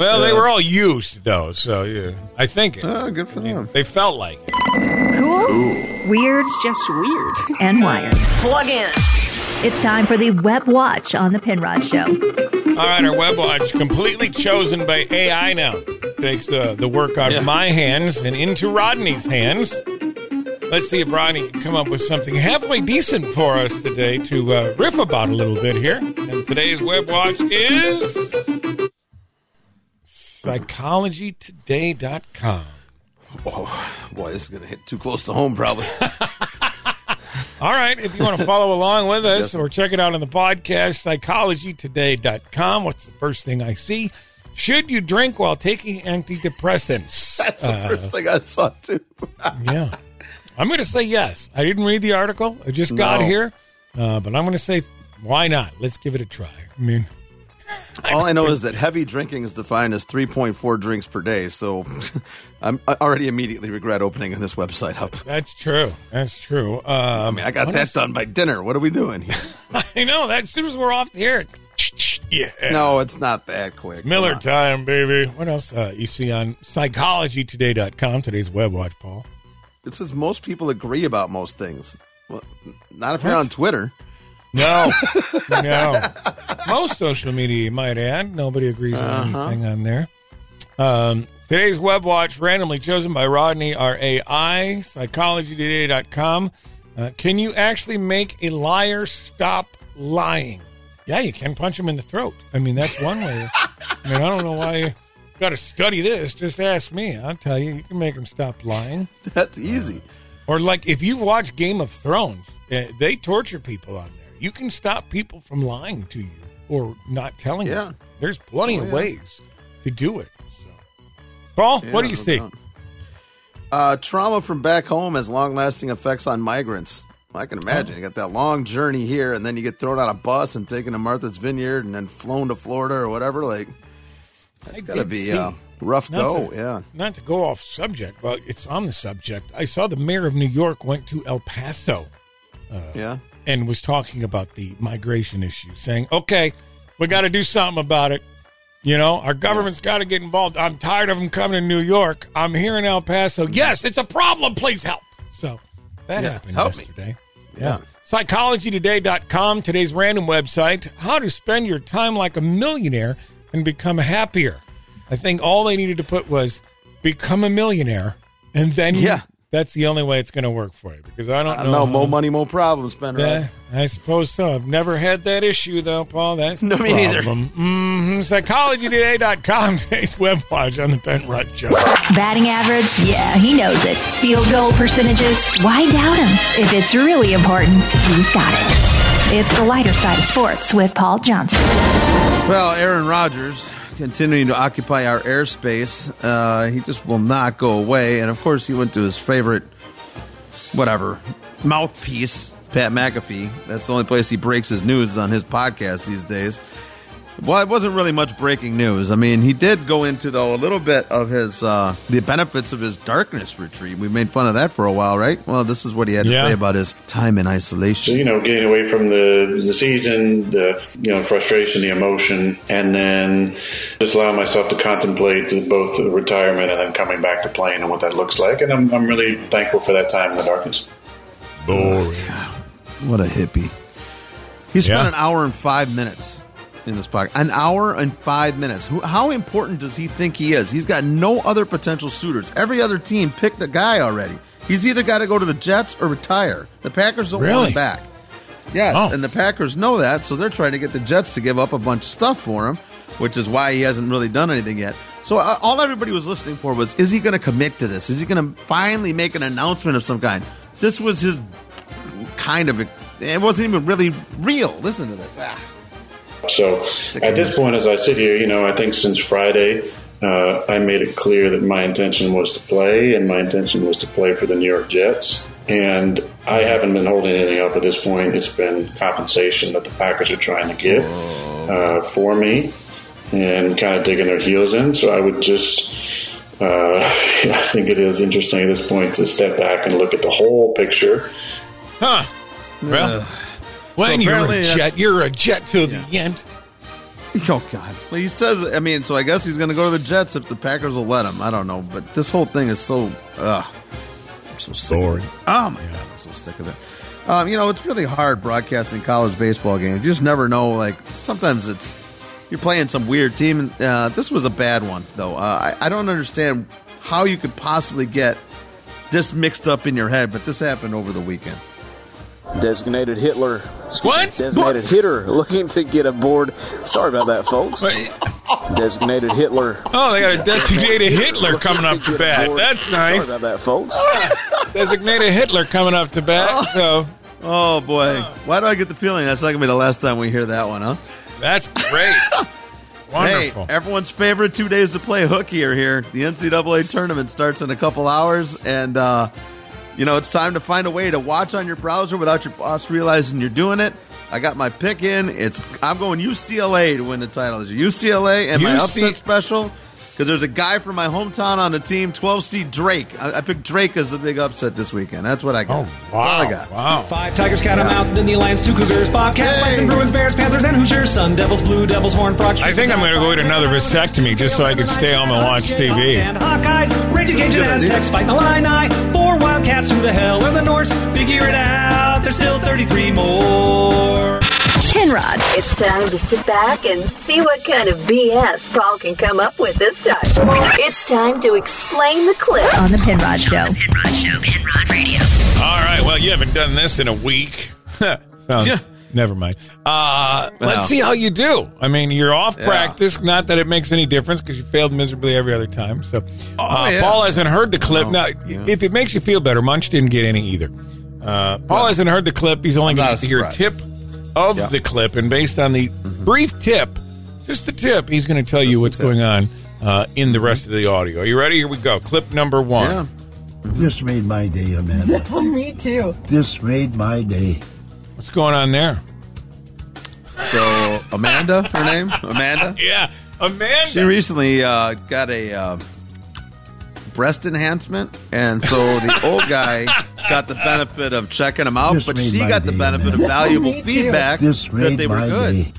Speaker 15: Well, they
Speaker 14: Yeah.
Speaker 15: were all used, though, so yeah. I think it.
Speaker 14: Oh, good for them.
Speaker 15: They felt like it.
Speaker 18: Cool, weird,
Speaker 3: Just weird.
Speaker 18: and wired.
Speaker 3: Plug in.
Speaker 18: It's time for the Web Watch on the Penrod Show.
Speaker 15: All right, our web watch completely chosen by AI now. Takes uh, the work out of my hands and into Rodney's hands. Let's see if Rodney can come up with something halfway decent for us today to uh, riff about a little bit here. And today's web watch is psychologytoday.com.
Speaker 14: Oh, boy, this is going to hit too close to home, probably.
Speaker 15: All right, if you want to follow along with us or check it out on the podcast, psychologytoday.com. What's the first thing I see? Should you drink while taking antidepressants?
Speaker 14: That's the
Speaker 15: Uh,
Speaker 14: first thing I saw, too.
Speaker 15: yeah. I'm going to say yes. I didn't read the article. I just got
Speaker 14: No.
Speaker 15: here. Uh, but I'm going to say, why not? Let's give it a try. I mean,
Speaker 14: All I know is that heavy drinking is defined as 3.4 drinks per day, so I'm, I already immediately regret opening this website up.
Speaker 15: that's true. That's true. Um, I
Speaker 14: mean, I got that done by dinner. What are we doing here?
Speaker 15: I know. That, as soon as we're off the air, yeah.
Speaker 14: No, it's not that quick. Come
Speaker 15: Miller
Speaker 14: on.
Speaker 15: time, baby. What else uh, you see on psychologytoday.com, today's web watch, Paul?
Speaker 14: It says most people agree about most things. Well, not if you're on Twitter.
Speaker 15: No, no. Most social media, you might add. Nobody agrees on
Speaker 14: Uh-huh.
Speaker 15: anything on there. Um, today's web watch, randomly chosen by Rodney, our AI, psychologytoday.com. Uh, can you actually make a liar stop lying? Yeah, you can punch him in the throat. I mean, that's one way. I mean, I don't know why you got to study this. Just ask me. I'll tell you. You can make him stop lying.
Speaker 14: That's easy.
Speaker 15: Or like if you watch Game of Thrones, uh, they torture people on there. You can stop people from lying to you or not telling
Speaker 14: Yeah.
Speaker 15: you. There's plenty
Speaker 14: Oh,
Speaker 15: of
Speaker 14: yeah.
Speaker 15: ways to do it. So. Paul, what do you
Speaker 14: Yeah, no
Speaker 15: see?
Speaker 14: doubt. Uh, trauma from back home has long lasting effects on migrants. I can
Speaker 15: Oh.
Speaker 14: imagine. You got that long journey here, and then you get thrown on a bus and taken to Martha's Vineyard and then flown to Florida or whatever. Like,
Speaker 15: I
Speaker 14: that's got to
Speaker 15: did
Speaker 14: be
Speaker 15: see-
Speaker 14: uh, rough
Speaker 15: not
Speaker 14: go.
Speaker 15: to-
Speaker 14: yeah.
Speaker 15: Not to go off subject, but it's on the subject. I saw the mayor of New York went to El Paso
Speaker 14: Yeah.
Speaker 15: and was talking about the migration issue, saying, okay, we got to do something about it. You know, our government's got to get involved. I'm tired of them coming to New York. I'm here in El Paso. Yes, it's a problem. Please help. So that
Speaker 14: Yeah,
Speaker 15: happened
Speaker 14: help me.
Speaker 15: yesterday.
Speaker 14: Yeah.
Speaker 15: Psychologytoday.com, today's random website. How to spend your time like a millionaire and become happier. I think all they needed to put was become a millionaire, and then
Speaker 14: Yeah.
Speaker 15: that's the only way it's going to work for you because I don't know.
Speaker 14: I don't know.
Speaker 15: how-
Speaker 14: More money, more problems, Ben.
Speaker 15: Uh, Yeah,
Speaker 14: Right?
Speaker 15: I suppose so. I've never had that issue though, Paul. That's
Speaker 14: No,
Speaker 15: the
Speaker 14: me neither.
Speaker 15: problem. Mm-hmm. Psychologytoday.com, today's web watch on the Ben Rudd Show.
Speaker 19: Batting average? Yeah, he knows it. Field goal percentages? Why doubt him? If it's really important, he's got it. It's the lighter side of sports with Paul Johnson.
Speaker 14: Well, Aaron Rodgers continuing to occupy our airspace. Uh, he just will not go away. And of course, he went to his favorite, whatever, mouthpiece, Pat McAfee. That's the only place he breaks his news is on his podcast these days. Well, it wasn't really much breaking news. I mean, he did go into though a little bit of his uh, the benefits of his darkness retreat. We made fun of that for a while, right? Well, this is what he had
Speaker 15: Yeah.
Speaker 14: to say about his time in isolation.
Speaker 5: You know, getting away from the the season, the you know frustration, the emotion, and then just allowing myself to contemplate both the retirement and then coming back to playing and what that looks like. And I'm, I'm really thankful for that time in the darkness.
Speaker 15: Boring.
Speaker 14: What a hippie. He spent
Speaker 15: Yeah.
Speaker 14: an hour and five minutes in this podcast. An hour and five minutes. Who, how important does he think he is? He's got no other potential suitors. Every other team picked a guy already. He's either got to go to the Jets or retire. The Packers don't want
Speaker 15: Really?
Speaker 14: him back.
Speaker 13: Yes, and the Packers know that, so they're trying to get the Jets to give up a bunch of stuff for him, which is why he hasn't really done anything yet. So uh, all everybody was listening for was, is he going to commit to this? Is he going to finally make an announcement of some kind? This was his kind of. It wasn't even really real. Listen to this. Ah.
Speaker 14: So at this point, as I sit here, you know, I think since Friday, uh, I made it clear that my intention was to play, and my intention was to play for the New York Jets. And I haven't been holding anything up at this point. It's been compensation that the Packers are trying to get uh, for me and kind of digging their heels in. So I would just, uh, I think it is interesting at this point to step back and look at the whole picture.
Speaker 15: Huh. Well, when
Speaker 13: So
Speaker 15: you're a
Speaker 13: apparently that's-
Speaker 15: jet, you're a jet till the end.
Speaker 13: Oh God! Well, he says. I mean, so I guess he's going to go to the Jets if the Packers will let him. I don't know, but this whole thing is so. uh, Ugh, I'm so sick of it. Oh my God! I'm so sick of it. Um, you know, it's really hard broadcasting college baseball games. You just never know. Like sometimes it's you're playing some weird team. And, uh, this was a bad one, though. Uh, I, I don't understand how you could possibly get this mixed up in your head, but this happened over the weekend.
Speaker 1: Designated Hitler. Excuse
Speaker 15: What?
Speaker 1: me, Designated hitter looking to get aboard. Sorry about that, folks. Designated Hitler.
Speaker 15: Oh, they got a designated Hitler coming up to bat.
Speaker 1: aboard.
Speaker 15: That's nice.
Speaker 1: Sorry about that, folks.
Speaker 15: Designated Hitler coming up to bat. So
Speaker 13: Oh boy! Why do I get the feeling that's not going to be the last time we hear that one, huh?
Speaker 15: that's great. Wonderful.
Speaker 13: Hey, everyone's favorite two days to play hooky are here. The NCAA tournament starts in a couple hours, and uh, you know it's time to find a way to watch on your browser without your boss realizing you're doing it. I got my pick in. It's I'm going UCLA to win the title. It's UCLA and my
Speaker 15: UC
Speaker 13: upset special because there's a guy from my hometown on the team, 12 seed Drake. I, I picked Drake as the big upset this weekend. That's what I got. Oh, wow. I got.
Speaker 15: Wow.
Speaker 4: Five Tigers, Catamounts, Dundee Lions, two Cougars, Bobcats, Bison, Bruins, Bears, Panthers, and Hoosiers, Sun Devils, Blue Devils, Horn Frogs,
Speaker 15: I think I'm going to go get another vasectomy just so I can stay home and watch
Speaker 4: and
Speaker 15: TV.
Speaker 4: Hawkeyes, Raging Cajun, Aztecs, fighting Illini, four Wildcats, who the hell are the Norse? Figure it out, there's still 33 more.
Speaker 19: Penrod, it's time to sit back and see what kind of BS Paul can come up with this time. It's time to explain the clip on the Penrod Show.
Speaker 15: All right. Well, you haven't done this in a week. Sounds. Never mind. Uh,
Speaker 4: Well.
Speaker 15: Let's see how you do. I mean, you're off
Speaker 4: Yeah.
Speaker 15: practice. Not that it makes any difference because you failed miserably every other time. So, uh,
Speaker 4: Oh, yeah.
Speaker 15: Paul hasn't heard the clip.
Speaker 4: Oh,
Speaker 15: now,
Speaker 4: yeah.
Speaker 15: if it makes you feel better, Munch didn't get any either. Uh, Paul hasn't heard the clip. He's only
Speaker 4: I'm
Speaker 15: going
Speaker 4: not
Speaker 15: to hear a tip
Speaker 4: surprised.
Speaker 15: of the clip, and based on the
Speaker 4: Mm-hmm.
Speaker 15: brief tip, just the tip, he's going to tell you what's going on uh, in the rest of the audio. Are you ready? Here we go. Clip number one.
Speaker 25: This made my day, Amanda.
Speaker 26: Me too.
Speaker 25: this made my day.
Speaker 15: What's going on there?
Speaker 13: So Amanda, her name Amanda.
Speaker 15: Yeah, Amanda.
Speaker 13: She recently uh, got a uh, breast enhancement, and so the old guy got the benefit of checking them out,
Speaker 25: This
Speaker 13: but
Speaker 25: made
Speaker 13: she
Speaker 25: my
Speaker 13: got the
Speaker 25: day,
Speaker 13: benefit of
Speaker 25: man.
Speaker 13: valuable
Speaker 25: Me too.
Speaker 13: feedback
Speaker 25: This
Speaker 13: that
Speaker 25: made
Speaker 13: they were
Speaker 25: my
Speaker 13: good.
Speaker 25: day.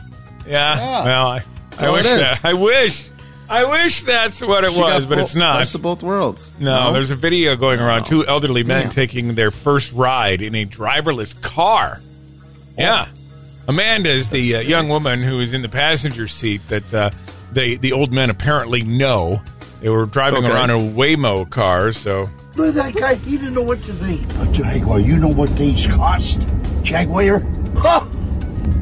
Speaker 15: Yeah. Well, I, I
Speaker 13: Oh,
Speaker 15: wish
Speaker 13: it is.
Speaker 15: that. I wish. I wish that's what it
Speaker 13: She got
Speaker 15: was, but
Speaker 13: bo-
Speaker 15: it's not.
Speaker 13: best of both worlds.
Speaker 15: No,
Speaker 13: No? Oh.
Speaker 15: there's a video going around. Two elderly men
Speaker 13: Damn.
Speaker 15: taking their first ride in a driverless car.
Speaker 13: Oh.
Speaker 15: Yeah. Amanda is the uh, young woman who is in the passenger seat that uh, they the old men apparently know. They were driving
Speaker 25: Okay.
Speaker 15: around in a Waymo car, so
Speaker 25: Look at that guy. He didn't know what to think. A Jaguar. You know what these cost? Jaguar? Huh?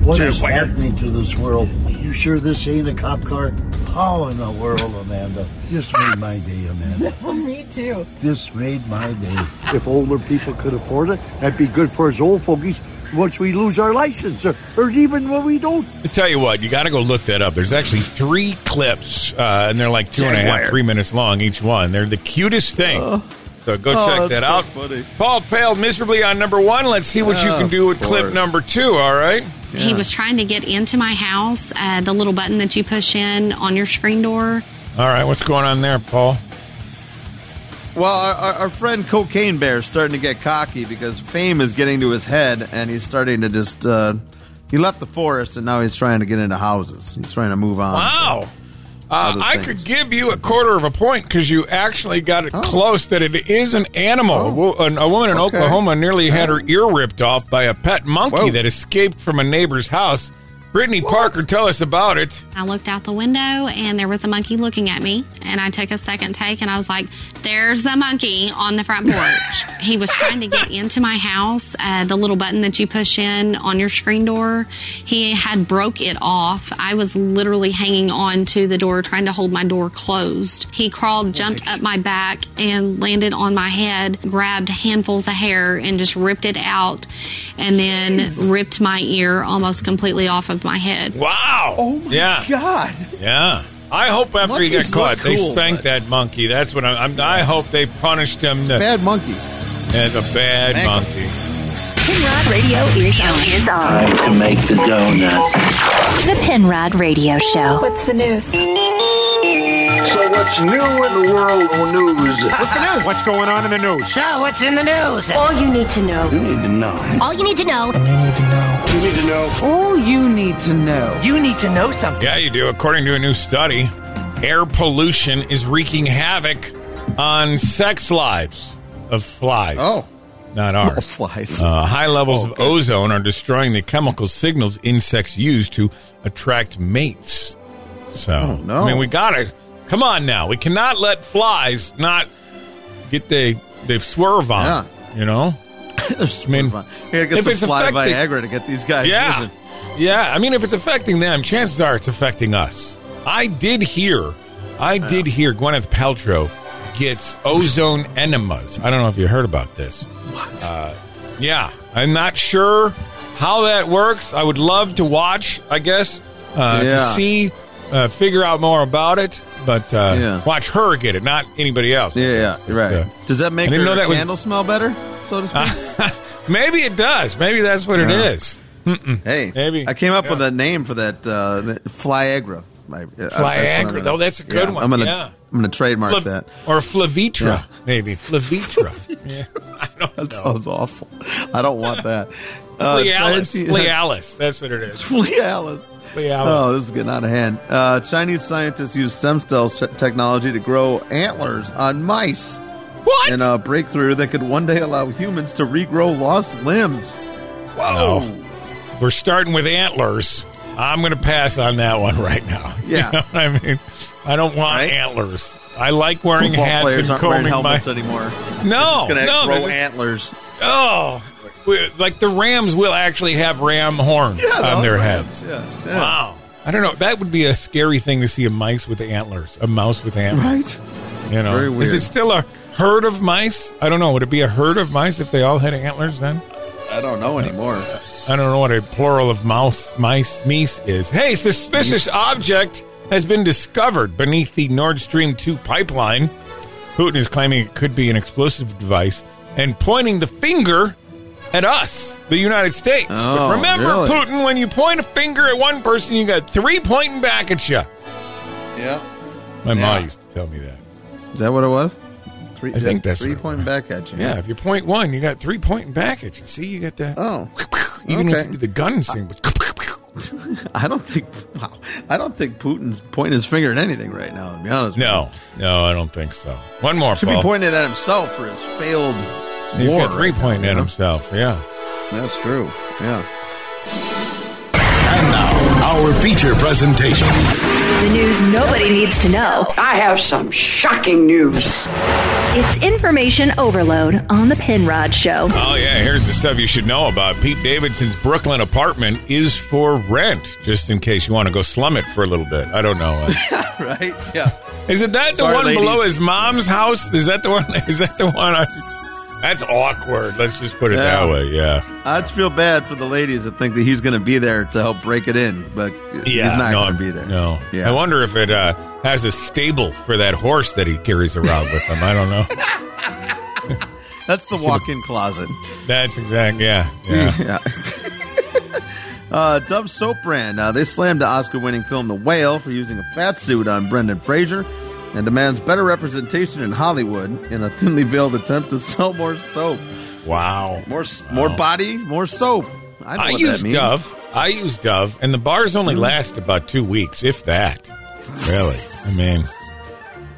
Speaker 25: What is happening to this world? You sure this ain't a cop car? How in the world, Amanda? This made my day, Amanda.
Speaker 26: Me too.
Speaker 25: This made my day. If older people could afford it, that'd be good for us old fogies once we lose our license, or, or even when we don't.
Speaker 15: I tell you what, you got to go look that up. There's actually three clips, uh, and they're like two and a half, three
Speaker 4: Jaguar.
Speaker 15: minutes long each one. They're the cutest thing. so go
Speaker 4: Oh,
Speaker 15: check
Speaker 4: that's
Speaker 15: that
Speaker 4: so
Speaker 15: out. Paul failed miserably on number one. Let's see what you
Speaker 4: Yeah,
Speaker 15: can do with
Speaker 4: of
Speaker 15: clip
Speaker 4: course.
Speaker 15: number two. All right.
Speaker 27: He was trying to get into my house. Uh, the little button that you push in on your screen door.
Speaker 15: All right, what's going on there, Paul?
Speaker 13: Well, our, our, our friend Cocaine Bear is starting to get cocky because fame is getting to his head, and he's starting to just. Uh, he left the forest, and now he's trying to get into houses. He's trying to move on.
Speaker 15: Wow. Uh,
Speaker 13: Other
Speaker 15: I
Speaker 13: things.
Speaker 15: could give you a quarter of a point because you actually got it close that it is an animal. A wo- an- A woman in
Speaker 4: Oh. Okay.
Speaker 15: Oklahoma nearly had her ear ripped off by a pet monkey that escaped from a neighbor's house Brittany Parker, tell us about it.
Speaker 28: I looked out the window and there was a monkey looking at me. And I took a second take and I was like, there's the monkey on the front porch. he was trying to get into my house. Uh, the little button that you push in on your screen door, he had broke it off. I was literally hanging on to the door, trying to hold my door closed. He crawled, jumped up my back and landed on my head, grabbed handfuls of hair and just ripped it out and then ripped my ear almost completely off of my head.
Speaker 15: Wow. Oh my yeah.
Speaker 14: God.
Speaker 15: Yeah. I hope after he got
Speaker 14: Monkeys
Speaker 15: caught,
Speaker 14: look
Speaker 15: they
Speaker 14: cool,
Speaker 15: spanked that monkey. That's what I'm. I'm I hope they punished him. The,
Speaker 14: bad monkey.
Speaker 15: As a bad
Speaker 14: Spank him.
Speaker 15: monkey.
Speaker 19: Pinrod Radio is on. Is
Speaker 4: Time to make the donut.
Speaker 19: The Pinrod Radio Show.
Speaker 4: What's the news? So what's new in the world of news? What's the news? What's going on in the news?
Speaker 6: So what's in the news?
Speaker 4: All you need to know. You need to know.
Speaker 6: All you need to know.
Speaker 4: You need to know.
Speaker 6: All you need to know. You need to know something.
Speaker 15: Yeah, you do. According to a new study, air pollution is wreaking havoc on sex lives of flies. Oh. Not ours.
Speaker 14: flies. Oh,
Speaker 15: Uh, high levels of ozone are destroying the chemical signals insects use to attract mates. So,
Speaker 14: Oh, no.
Speaker 15: I mean, we got to come on now. We cannot let flies not get the they swerve on. You know, I mean,
Speaker 14: Here, get
Speaker 15: if
Speaker 14: some
Speaker 15: it's
Speaker 14: fly
Speaker 15: affecting-
Speaker 14: Viagra to get these guys.
Speaker 15: yeah.
Speaker 14: moving.
Speaker 15: Yeah. I mean, if it's affecting them, chances are it's affecting us. I did hear, I did hear Gwyneth Paltrow gets ozone enemas. I don't know if you heard about this. What? Uh, yeah. I'm not sure how that works. I would love to watch, I guess, uh, to
Speaker 14: Yeah.
Speaker 15: see, uh, figure out more about it, but uh, watch her get it, not anybody else.
Speaker 14: Yeah, yeah, right. Does that make
Speaker 15: I
Speaker 14: her
Speaker 15: didn't know that was-
Speaker 14: candle smell better, so to speak?
Speaker 15: Maybe it does. Maybe that's what
Speaker 14: Yeah.
Speaker 15: it is.
Speaker 14: Hey, maybe I came up with a name for that, uh, that Flyagra. I, I- that's what I'm
Speaker 15: Flyagra. Oh, that's a good
Speaker 14: yeah,
Speaker 15: one.
Speaker 14: I'm gonna
Speaker 15: Yeah.
Speaker 14: I'm gonna trademark
Speaker 15: Flav-
Speaker 14: that.
Speaker 15: Or Flavitra,
Speaker 14: Yeah.
Speaker 15: maybe. Flavitra. yeah.
Speaker 14: That sounds awful. I don't want that. Uh,
Speaker 15: Flealis.
Speaker 14: Chinese-
Speaker 15: Flealis. That's what it is.
Speaker 14: Flealis.
Speaker 15: Flealis.
Speaker 14: Oh, this is getting out of hand. Uh, Chinese scientists use stem cell s- technology to grow antlers on mice.
Speaker 15: What?
Speaker 14: In a breakthrough that could one day allow humans to regrow lost limbs. Whoa.
Speaker 15: We're starting with antlers. I'm going to pass on that one right now.
Speaker 14: Yeah.
Speaker 15: You know what I mean? I don't want antlers. I like wearing
Speaker 14: Football
Speaker 15: hats
Speaker 14: players
Speaker 15: and
Speaker 14: aren't
Speaker 15: combing
Speaker 14: wearing helmets
Speaker 15: my...
Speaker 14: anymore.
Speaker 15: No,
Speaker 14: They're just gonna
Speaker 15: no,
Speaker 14: grow
Speaker 15: they're just-
Speaker 14: antlers.
Speaker 15: Oh, we- like the Rams will actually have ram horns on their heads.
Speaker 14: Yeah, yeah.
Speaker 15: Wow. I don't know. That would be a scary thing to see a mice with antlers, a mouse with antlers. Right? You know,
Speaker 14: Very
Speaker 15: is it
Speaker 14: weird.
Speaker 15: still a herd of mice? I don't know. Would it be a herd of mice if they all had antlers then?
Speaker 14: I don't know anymore.
Speaker 15: I don't know what a plural of mouse, mice, meese is. Hey, suspicious object has been discovered beneath the Nord Stream 2 pipeline. Putin is claiming it could be an explosive device and pointing the finger at us, the United States.
Speaker 14: Oh,
Speaker 15: but remember,
Speaker 14: really?
Speaker 15: Putin, when you point a finger at one person, you got three pointing back at you.
Speaker 14: Yeah.
Speaker 15: My ma
Speaker 14: Yeah.
Speaker 15: used to tell me that.
Speaker 14: Is that what it was? Three,
Speaker 15: I think that's
Speaker 14: three
Speaker 15: what it
Speaker 14: pointing back at you.
Speaker 15: Yeah, if you point one, you got three pointing back at you. See, you got that.
Speaker 14: Oh,
Speaker 15: even
Speaker 14: okay.
Speaker 15: if you do the gun thing was.
Speaker 14: I don't think. Wow, I don't think Putin's pointing his finger at anything right now. To be honest, with
Speaker 15: No, no, I don't think so. One more.
Speaker 14: you. should be
Speaker 15: Paul.
Speaker 14: pointing at himself for his failed
Speaker 15: He's
Speaker 14: war.
Speaker 15: got three
Speaker 14: right now,
Speaker 15: pointing
Speaker 14: you
Speaker 15: at
Speaker 14: know?
Speaker 15: himself. Yeah.
Speaker 14: That's true. Yeah.
Speaker 7: And now, our feature presentation.
Speaker 18: The news nobody needs to know.
Speaker 6: I have some shocking news.
Speaker 18: It's information overload on the Pinrod Show.
Speaker 15: Oh yeah, here's the stuff you should know about. Pete Davidson's Brooklyn apartment is for rent, just in case you want to go slum it for a little bit. I don't know. Uh,
Speaker 14: right? Yeah.
Speaker 15: Is it that the
Speaker 14: Sorry,
Speaker 15: one
Speaker 14: ladies.
Speaker 15: below his mom's house? Is that the one? Is that the one? I, that's awkward. Let's just put it that
Speaker 14: Yeah.
Speaker 15: way. Yeah.
Speaker 14: I just feel bad for the ladies that think that he's going to be there to help break it in, but
Speaker 15: Yeah.
Speaker 14: he's not
Speaker 15: no,
Speaker 14: going to be there.
Speaker 15: No.
Speaker 14: Yeah.
Speaker 15: I wonder if it uh, has a stable for that horse that he carries around with him. I don't know.
Speaker 14: That's the
Speaker 15: See the-
Speaker 14: walk-in closet.
Speaker 15: That's exact. Yeah. Yeah.
Speaker 14: Uh, Dove soap brand. Uh, they slammed the Oscar-winning film *The Whale* for using a fat suit on Brendan Fraser, and demands better representation in Hollywood in a thinly veiled attempt to sell more soap,
Speaker 15: Wow.
Speaker 14: more s more body, more soap. Hmm. I know
Speaker 15: I
Speaker 14: what
Speaker 15: use
Speaker 14: that means. Hmm.
Speaker 15: Dove. I use Dove, and the bars only last about two weeks, if that. Really, I mean,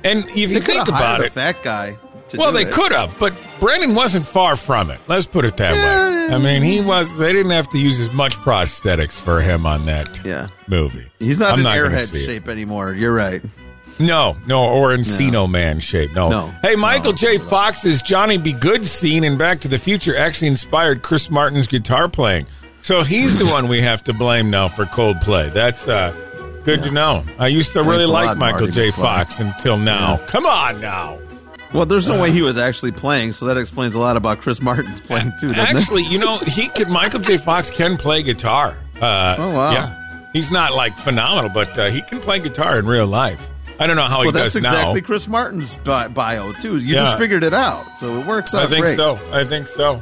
Speaker 15: and if you
Speaker 14: They could've
Speaker 15: think about
Speaker 14: hired a
Speaker 15: it,
Speaker 14: fat guy. To
Speaker 15: well,
Speaker 14: do
Speaker 15: they
Speaker 14: it.
Speaker 15: could have, but Brennan wasn't far from it. Let's put it that way. I mean, he was. They didn't have to use as much prosthetics for him on that
Speaker 4: yeah.
Speaker 15: movie.
Speaker 4: He's not
Speaker 15: I'm
Speaker 4: in
Speaker 15: gonna
Speaker 4: airhead
Speaker 15: see it.
Speaker 4: shape anymore. You're right.
Speaker 15: No, no, or Encino Man shape. No.
Speaker 4: No.
Speaker 15: Hey, Michael J. Fox's Johnny Be Good scene in Back to the Future actually inspired Chris Martin's guitar playing. So he's the one we have to blame now for Coldplay. That's uh, good to know. I used to
Speaker 4: Thanks
Speaker 15: really
Speaker 4: a
Speaker 15: like
Speaker 4: lot,
Speaker 15: Michael
Speaker 4: Marty
Speaker 15: J.
Speaker 4: McFly.
Speaker 15: Fox until now. Come on now.
Speaker 4: Well, there's no way he was actually playing, so that explains a lot about Chris Martin's playing too. Doesn't
Speaker 15: Actually, you know, he could. Michael J. Fox can play guitar. Uh,
Speaker 4: Oh, wow.
Speaker 15: Yeah, he's not like phenomenal, but uh, he can play guitar in real life. I don't know how
Speaker 4: it?
Speaker 15: he
Speaker 4: well,
Speaker 15: does
Speaker 4: that's exactly
Speaker 15: now.
Speaker 4: Chris Martin's bi- bio too. You
Speaker 15: Yeah.
Speaker 4: just figured it out, so it works out.
Speaker 15: I think
Speaker 4: great.
Speaker 15: so. I think so.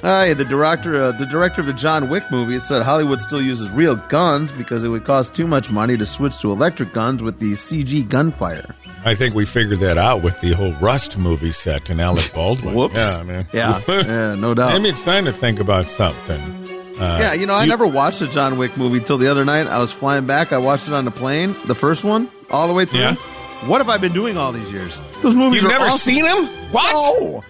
Speaker 4: Hey, the director, uh, the director of the John Wick movie said Hollywood still uses real guns because it would cost too much money to switch to electric guns with the CG gunfire.
Speaker 15: I think we figured that out with the whole Rust movie set and Alec Baldwin.
Speaker 4: Whoops.
Speaker 15: Yeah, man.
Speaker 4: Yeah, Oh. yeah, no doubt.
Speaker 15: Maybe it's time to think about something. Uh,
Speaker 4: yeah, you know, I never watched a John Wick movie till the other night. I was flying back. I watched it on the plane, the first one, all the way through.
Speaker 15: Yeah.
Speaker 4: What have I been doing all these years? Those movies
Speaker 15: You've
Speaker 4: are
Speaker 15: never
Speaker 4: awesome.
Speaker 15: seen him? What?
Speaker 4: No.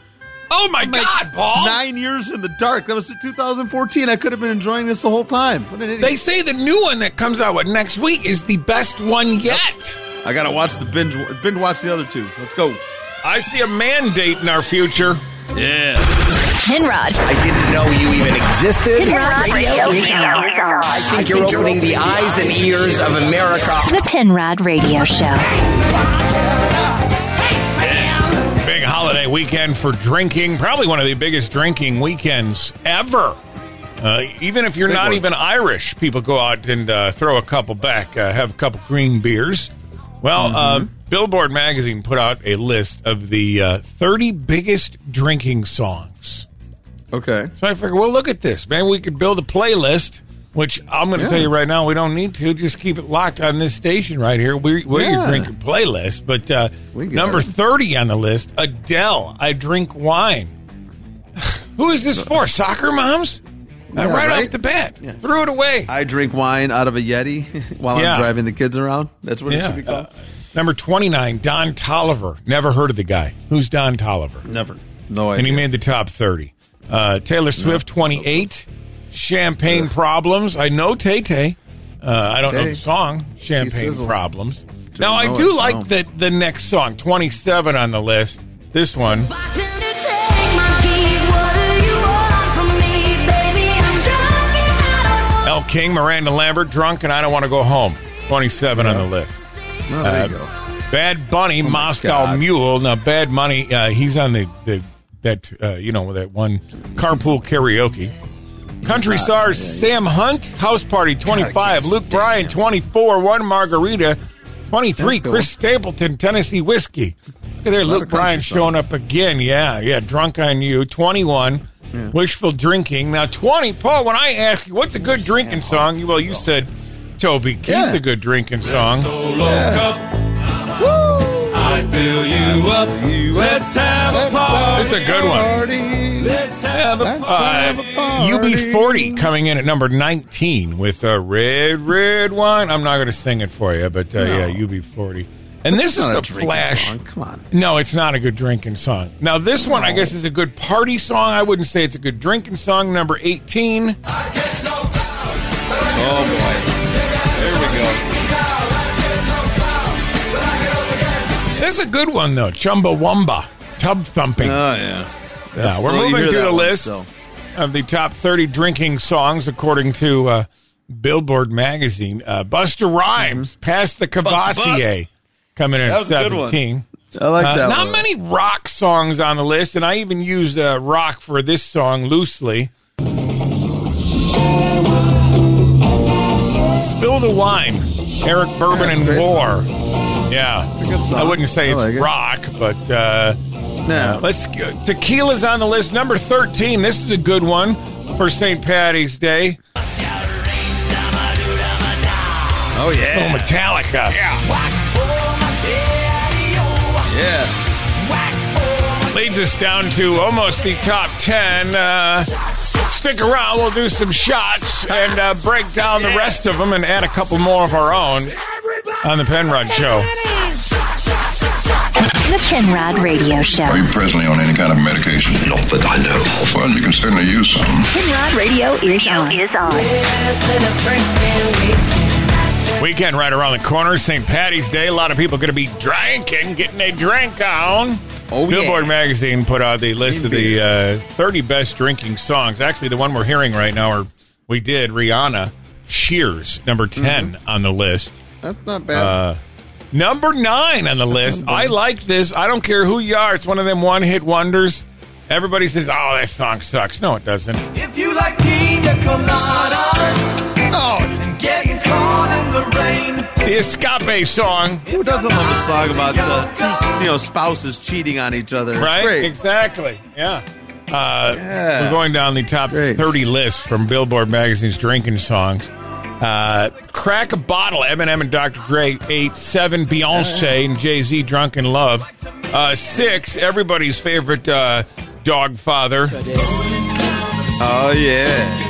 Speaker 15: Oh my God, Paul!
Speaker 4: Nine years in the dark. That was 2014. I could have been enjoying this the whole time. What an idiot.
Speaker 15: They say the new one that comes out what next week is the best one yet.
Speaker 4: I gotta watch the binge binge watch the other two. Let's go.
Speaker 15: I see a mandate in our future. Yeah.
Speaker 29: Penrod.
Speaker 19: I didn't know you even existed. I think you're opening the eyes and ears of America.
Speaker 29: The Penrod Radio Show.
Speaker 15: Big holiday weekend for drinking. Probably one of the biggest drinking weekends ever. Uh, even if you're
Speaker 4: Big
Speaker 15: not
Speaker 4: one.
Speaker 15: even Irish, people go out and uh, throw a couple back, uh, have a couple green beers. Well,
Speaker 4: Mm-hmm.
Speaker 15: uh, Billboard magazine put out a list of the uh, 30 biggest drinking songs.
Speaker 4: Okay.
Speaker 15: So I figured, well, look at this. Maybe we could build a playlist, which I'm going to
Speaker 4: Yeah.
Speaker 15: tell you right now, we don't need to. Just keep it locked on this station right here. We're, we're your
Speaker 4: Yeah.
Speaker 15: drinking playlist. But uh,
Speaker 4: get
Speaker 15: number
Speaker 4: it.
Speaker 15: 30 on the list Adele, I Drink Wine. Who is this for? Soccer moms? Uh,
Speaker 4: Uh, Yeah,
Speaker 15: right,
Speaker 4: right?
Speaker 15: off the bat. Threw it away.
Speaker 4: I drink wine out of a Yeti while
Speaker 15: Yeah.
Speaker 4: I'm driving the kids around. That's what it should be called.
Speaker 15: Uh, number 29, Don Tolliver. Never heard of the guy. Who's Don Tolliver?
Speaker 4: Never. No idea.
Speaker 15: and he made the top 30. Uh, Taylor Swift, 28. Champagne Problems. I know Tay Tay. Uh, I don't know
Speaker 4: Tay.
Speaker 15: the song, Champagne
Speaker 4: sizzled.
Speaker 15: Problems. Now, I
Speaker 4: know
Speaker 15: do
Speaker 4: it,
Speaker 15: like
Speaker 4: no.
Speaker 15: the, the next song, 27 on the list. This one. El King, Miranda Lambert, Drunk, and I Don't Want to Go Home. 27 on the list.
Speaker 4: Oh, there
Speaker 15: Uh,
Speaker 4: you go. Oh,
Speaker 15: Bad Bunny, Moscow
Speaker 4: God.
Speaker 15: Mule. Now, Bad Bunny, uh, he's on the, the that uh, you know that one carpool karaoke. Country
Speaker 4: hot.
Speaker 15: stars
Speaker 4: Yeah, he's-
Speaker 15: Sam Hunt, House Party twenty five, Luke Bryan twenty four, one margarita twenty three,
Speaker 4: That's cool.
Speaker 15: Chris Stapleton Tennessee whiskey. Look at there,
Speaker 4: lot
Speaker 15: Luke
Speaker 4: of country
Speaker 15: Bryan
Speaker 4: songs.
Speaker 15: showing up again. Yeah, yeah, drunk on you twenty one, wishful drinking. Now twenty, Paul. When I ask you what's a good drinking song, you well you said Toby Keith's
Speaker 4: Yeah.
Speaker 15: a good drinking song.
Speaker 8: I fill you up. Let's have a
Speaker 15: This is a good one.
Speaker 8: Let's have a
Speaker 15: Uh, UB40 coming in at number 19 with a red, red wine. I'm not going to sing it for you, but uh, yeah, UB40. And this
Speaker 4: It's
Speaker 15: is
Speaker 4: not
Speaker 15: a,
Speaker 4: drinking
Speaker 15: flash.
Speaker 4: song. Come on.
Speaker 15: No, it's not a good drinking song. Now, this one, I guess, is a good party song. I wouldn't say it's a good drinking song. Number 18.
Speaker 13: There we go.
Speaker 15: This is a good one, though. Chumbawamba. Tub thumping.
Speaker 4: Oh yeah.
Speaker 15: Yeah,
Speaker 4: That's
Speaker 15: Uh, we're
Speaker 4: still- you
Speaker 15: moving
Speaker 4: hear
Speaker 15: through
Speaker 4: that
Speaker 15: the
Speaker 4: one
Speaker 15: list
Speaker 4: still.
Speaker 15: of the top 30 drinking songs according to uh, Billboard magazine. Uh, Buster Rhymes, Pass the Cavassier, coming in
Speaker 4: Mm-hmm. That
Speaker 15: at
Speaker 4: was a good one.
Speaker 15: 17.
Speaker 4: I like
Speaker 15: Uh,
Speaker 4: that
Speaker 15: not
Speaker 4: one.
Speaker 15: many rock songs on the list, and I even used uh, rock for this song loosely. Spill the Wine, Eric Bourbon
Speaker 4: That's a
Speaker 15: and
Speaker 4: great
Speaker 15: War. Yeah.
Speaker 4: It's a good song.
Speaker 15: I wouldn't say
Speaker 4: I
Speaker 15: it's
Speaker 4: like it.
Speaker 15: rock, but uh,
Speaker 4: No.
Speaker 15: uh, let's tequila's on the list. Number thirteen. This is a good one for St. Patty's Day.
Speaker 4: oh yeah.
Speaker 15: Oh, Metallica.
Speaker 4: Yeah.
Speaker 15: Leads us down to almost the top ten. Uh, stick around. We'll do some shots and uh, break down the rest of them and add a couple more of our own on the Penrod Show.
Speaker 13: Shots, shots, shots, shots.
Speaker 19: The Penrod Radio Show.
Speaker 8: Are you presently on any kind of medication? Not that I know. Well, you can certainly use some.
Speaker 19: Penrod Radio is on. Is on.
Speaker 15: Weekend right around the corner, St. Patty's Day. A lot of people going to be drinking, getting a drink on. Oh, Billboard magazine put out the list of the uh, 30 best drinking songs. Actually, the one we're hearing right now, or we did, Rihanna, Cheers, number 10 on the list.
Speaker 4: That's not bad.
Speaker 15: Uh, number nine on the list. I like this. I don't care who you are. It's one of them one hit wonders. Everybody says, oh, that song sucks. No, it doesn't.
Speaker 13: If you like pina coladas, oh, it's getting caught in the rain.
Speaker 15: The escape song.
Speaker 4: Who doesn't love a song about uh, two you know spouses cheating on each other? It's
Speaker 15: Right?
Speaker 4: great.
Speaker 15: Exactly. Yeah. Uh, We're going down the top 30 lists from Billboard magazine's drinking songs. Uh, crack a bottle. Eminem and Dr. Dre. Eight, seven.
Speaker 4: Uh-huh.
Speaker 15: Beyonce and Jay Z. Drunk in Love. Uh, six. Everybody's favorite uh, dog father.
Speaker 4: Oh yeah.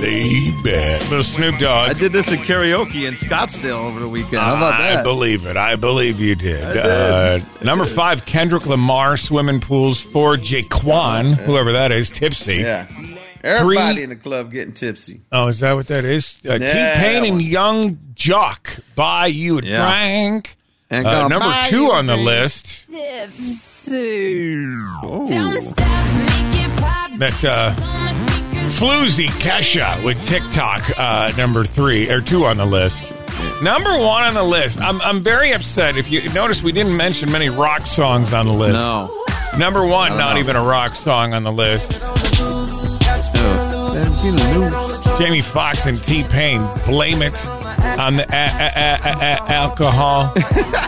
Speaker 15: Lay back. Little Snoop Dogg.
Speaker 4: I did this at karaoke in Scottsdale over the weekend. How about that?
Speaker 15: I believe it. I believe you did.
Speaker 4: did.
Speaker 15: Uh, number five, Kendrick Lamar, swimming pools. Four, Jaquan, whoever that is, tipsy.
Speaker 4: Yeah. Everybody
Speaker 15: Three-
Speaker 4: in the club getting tipsy.
Speaker 15: Oh, is that what that is? Uh,
Speaker 4: Yeah,
Speaker 15: T Pain
Speaker 4: that
Speaker 15: and Young Jock by you and
Speaker 4: Yeah.
Speaker 15: Frank.
Speaker 4: And
Speaker 15: Uh,
Speaker 4: gonna
Speaker 15: number
Speaker 4: buy
Speaker 15: two
Speaker 4: you a
Speaker 15: on the
Speaker 4: drink.
Speaker 15: list. That uh, floozy Kesha with TikTok. Uh, number three or two on the list. Number one on the list. I'm I'm very upset. If you notice, we didn't mention many rock songs on the list.
Speaker 4: No.
Speaker 15: Number one,
Speaker 4: Not
Speaker 15: not
Speaker 4: enough.
Speaker 15: even a rock song on the list. Jamie Foxx and T Pain blame it on the a- a- a- a- a- alcohol.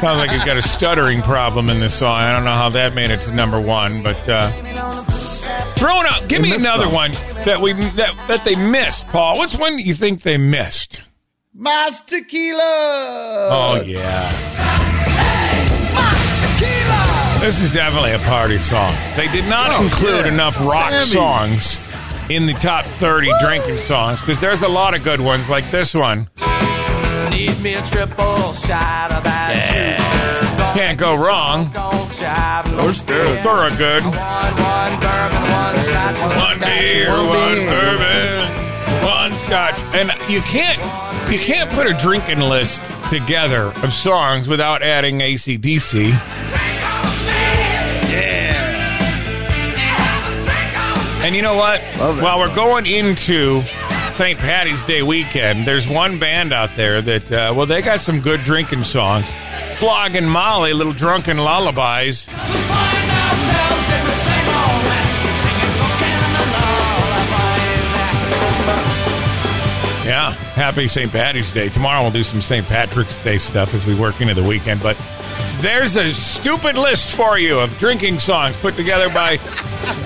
Speaker 15: Sounds like he's got a stuttering problem in this song. I don't know how that made it to number one, but uh, throwing out. Give
Speaker 13: They
Speaker 15: me
Speaker 13: missed
Speaker 15: another
Speaker 13: them.
Speaker 15: one that we that that they missed, Paul. What's one you think they missed?
Speaker 4: Mas tequila.
Speaker 15: oh yeah, this is definitely a party song. They did not
Speaker 4: Oh,
Speaker 15: include
Speaker 4: yeah.
Speaker 15: enough rock
Speaker 4: Sammy.
Speaker 15: songs in the top thirty drinking songs because there's a lot of good ones like this one.
Speaker 13: Need me a triple shot of that
Speaker 15: Can't go wrong. Or Thoroughgood. One beer, one bourbon, one scotch, and you can't you can't put a drinking list together of songs without adding ACDC. And you know what? While we're going into St. Patty's Day weekend, there's one band out there that, uh, well, they got some good drinking songs. Flog and Molly, Little Drunken Lullabies. Yeah, happy St. Patty's Day. Tomorrow we'll do some St. Patrick's Day stuff as we work into the weekend, but there's a stupid list for you of drinking songs put together by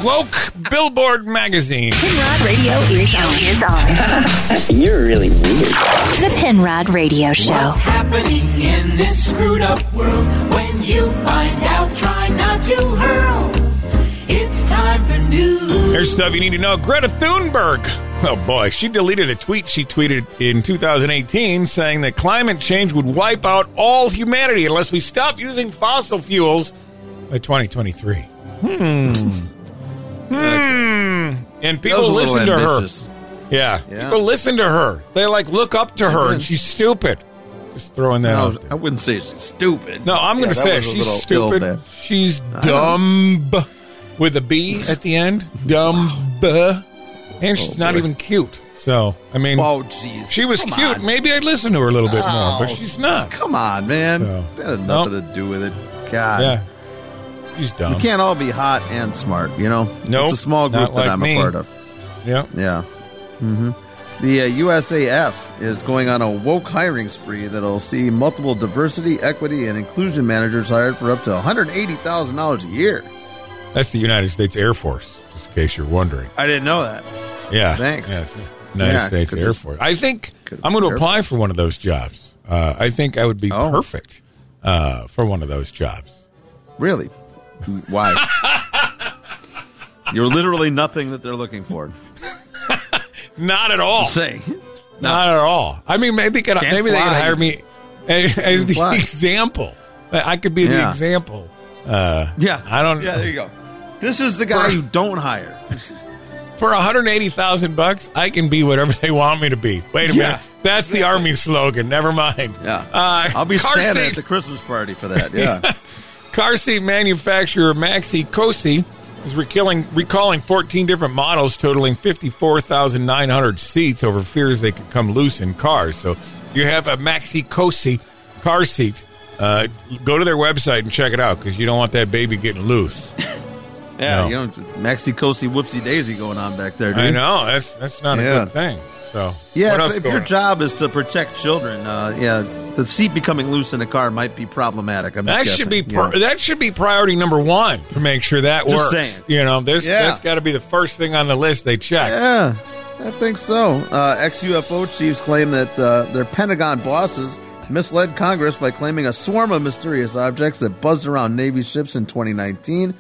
Speaker 15: Woke Billboard Magazine.
Speaker 19: Penrod Radio is on. Is on.
Speaker 14: You're really weird.
Speaker 19: the Penrod Radio Show.
Speaker 13: What's happening in this screwed up world? When you find out, try not to hurl. It's time for news.
Speaker 15: Here's stuff you need to know. Greta Thunberg. Oh boy, she deleted a tweet she tweeted in 2018 saying that climate change would wipe out all humanity unless we stop using fossil fuels by 2023. Hmm. Hmm. And people listen to her. Yeah. People listen to her. They like look up to her and she's stupid. Just throwing that out.
Speaker 4: No,
Speaker 15: there.
Speaker 4: I wouldn't say she's stupid.
Speaker 15: No, I'm
Speaker 4: Yeah,
Speaker 15: going to
Speaker 4: that
Speaker 15: say it.
Speaker 4: was a
Speaker 15: she's
Speaker 4: little ill
Speaker 15: stupid.
Speaker 4: there.
Speaker 15: She's
Speaker 4: I
Speaker 15: dumb with a B at the end. Dumb. And she's not
Speaker 4: Oh, boy.
Speaker 15: even cute. So, I mean,
Speaker 4: Oh, jeez.
Speaker 15: she was
Speaker 4: Come
Speaker 15: cute. Maybe I'd listen to her a little bit more, but
Speaker 4: Oh,
Speaker 15: she's not.
Speaker 4: Come on, man. That has nothing to do with it. God.
Speaker 15: Yeah. She's dumb.
Speaker 4: We can't all be hot and smart, you know?
Speaker 15: Nope,
Speaker 4: It's a small
Speaker 15: not
Speaker 4: group that
Speaker 15: like
Speaker 4: I'm
Speaker 15: me.
Speaker 4: a part of.
Speaker 15: Yeah.
Speaker 4: Yeah. hmm The uh, USAF is going on a woke hiring spree that'll see multiple diversity, equity, and inclusion managers hired for up to $180,000 a year.
Speaker 15: That's the United States Air Force, just in case you're wondering.
Speaker 4: I didn't know that.
Speaker 15: Yeah.
Speaker 4: Thanks.
Speaker 15: Yeah, it's United
Speaker 4: Yeah,
Speaker 15: States
Speaker 4: could
Speaker 15: Air
Speaker 4: just-
Speaker 15: Force. I think
Speaker 4: Could
Speaker 15: I'm going
Speaker 4: Air Oh.
Speaker 15: to apply for one of those jobs. Uh, I think I would be perfect uh, for one of those jobs.
Speaker 4: Really? Why? You're literally nothing that they're looking for.
Speaker 15: Not at all.
Speaker 4: Say.
Speaker 15: Not at all. I mean, maybe they could,
Speaker 4: Can't
Speaker 15: maybe they could
Speaker 4: fly.
Speaker 15: hire me as the
Speaker 4: Fly.
Speaker 15: example. I could be the
Speaker 4: Yeah.
Speaker 15: example. Uh, yeah, I don't.
Speaker 4: Yeah, there you go. This is the guy
Speaker 15: For-
Speaker 4: you don't hire.
Speaker 15: For one hundred eighty thousand bucks, I can be whatever they want me to be. Wait a
Speaker 4: Yeah.
Speaker 15: minute, that's the army slogan. Never mind. Yeah, uh,
Speaker 4: I'll be
Speaker 15: car
Speaker 4: Santa
Speaker 15: seat-
Speaker 4: at the Christmas party for that. Yeah.
Speaker 15: Car seat manufacturer Maxi Cosi is recalling, recalling 14 different models totaling 54,900 seats over fears they could come loose in cars. So you have a Maxi Cosi car seat. Uh, go to their website and check it out because you don't want that baby getting loose.
Speaker 4: Yeah,
Speaker 15: No.
Speaker 4: you know, Maxi Cosi Whoopsie Daisy going on back there, dude.
Speaker 15: I know that's that's not
Speaker 4: Yeah.
Speaker 15: a good thing. So what
Speaker 4: Yeah,
Speaker 15: else
Speaker 4: if, if
Speaker 15: going
Speaker 4: your
Speaker 15: on?
Speaker 4: job is to protect children, uh, yeah, the seat becoming loose in a car might be problematic. I'm just
Speaker 15: That should be
Speaker 4: guessing,
Speaker 15: pri
Speaker 4: yeah.
Speaker 15: that should be priority number one to make sure that
Speaker 4: Just
Speaker 15: works.
Speaker 4: saying.
Speaker 15: You know, this
Speaker 4: Yeah.
Speaker 15: that's got to be the first thing on the list they check.
Speaker 4: Yeah, I think so. Uh, Ex UFO chiefs claim that uh, their Pentagon bosses misled Congress by claiming a swarm of mysterious objects that buzzed around Navy ships in 2019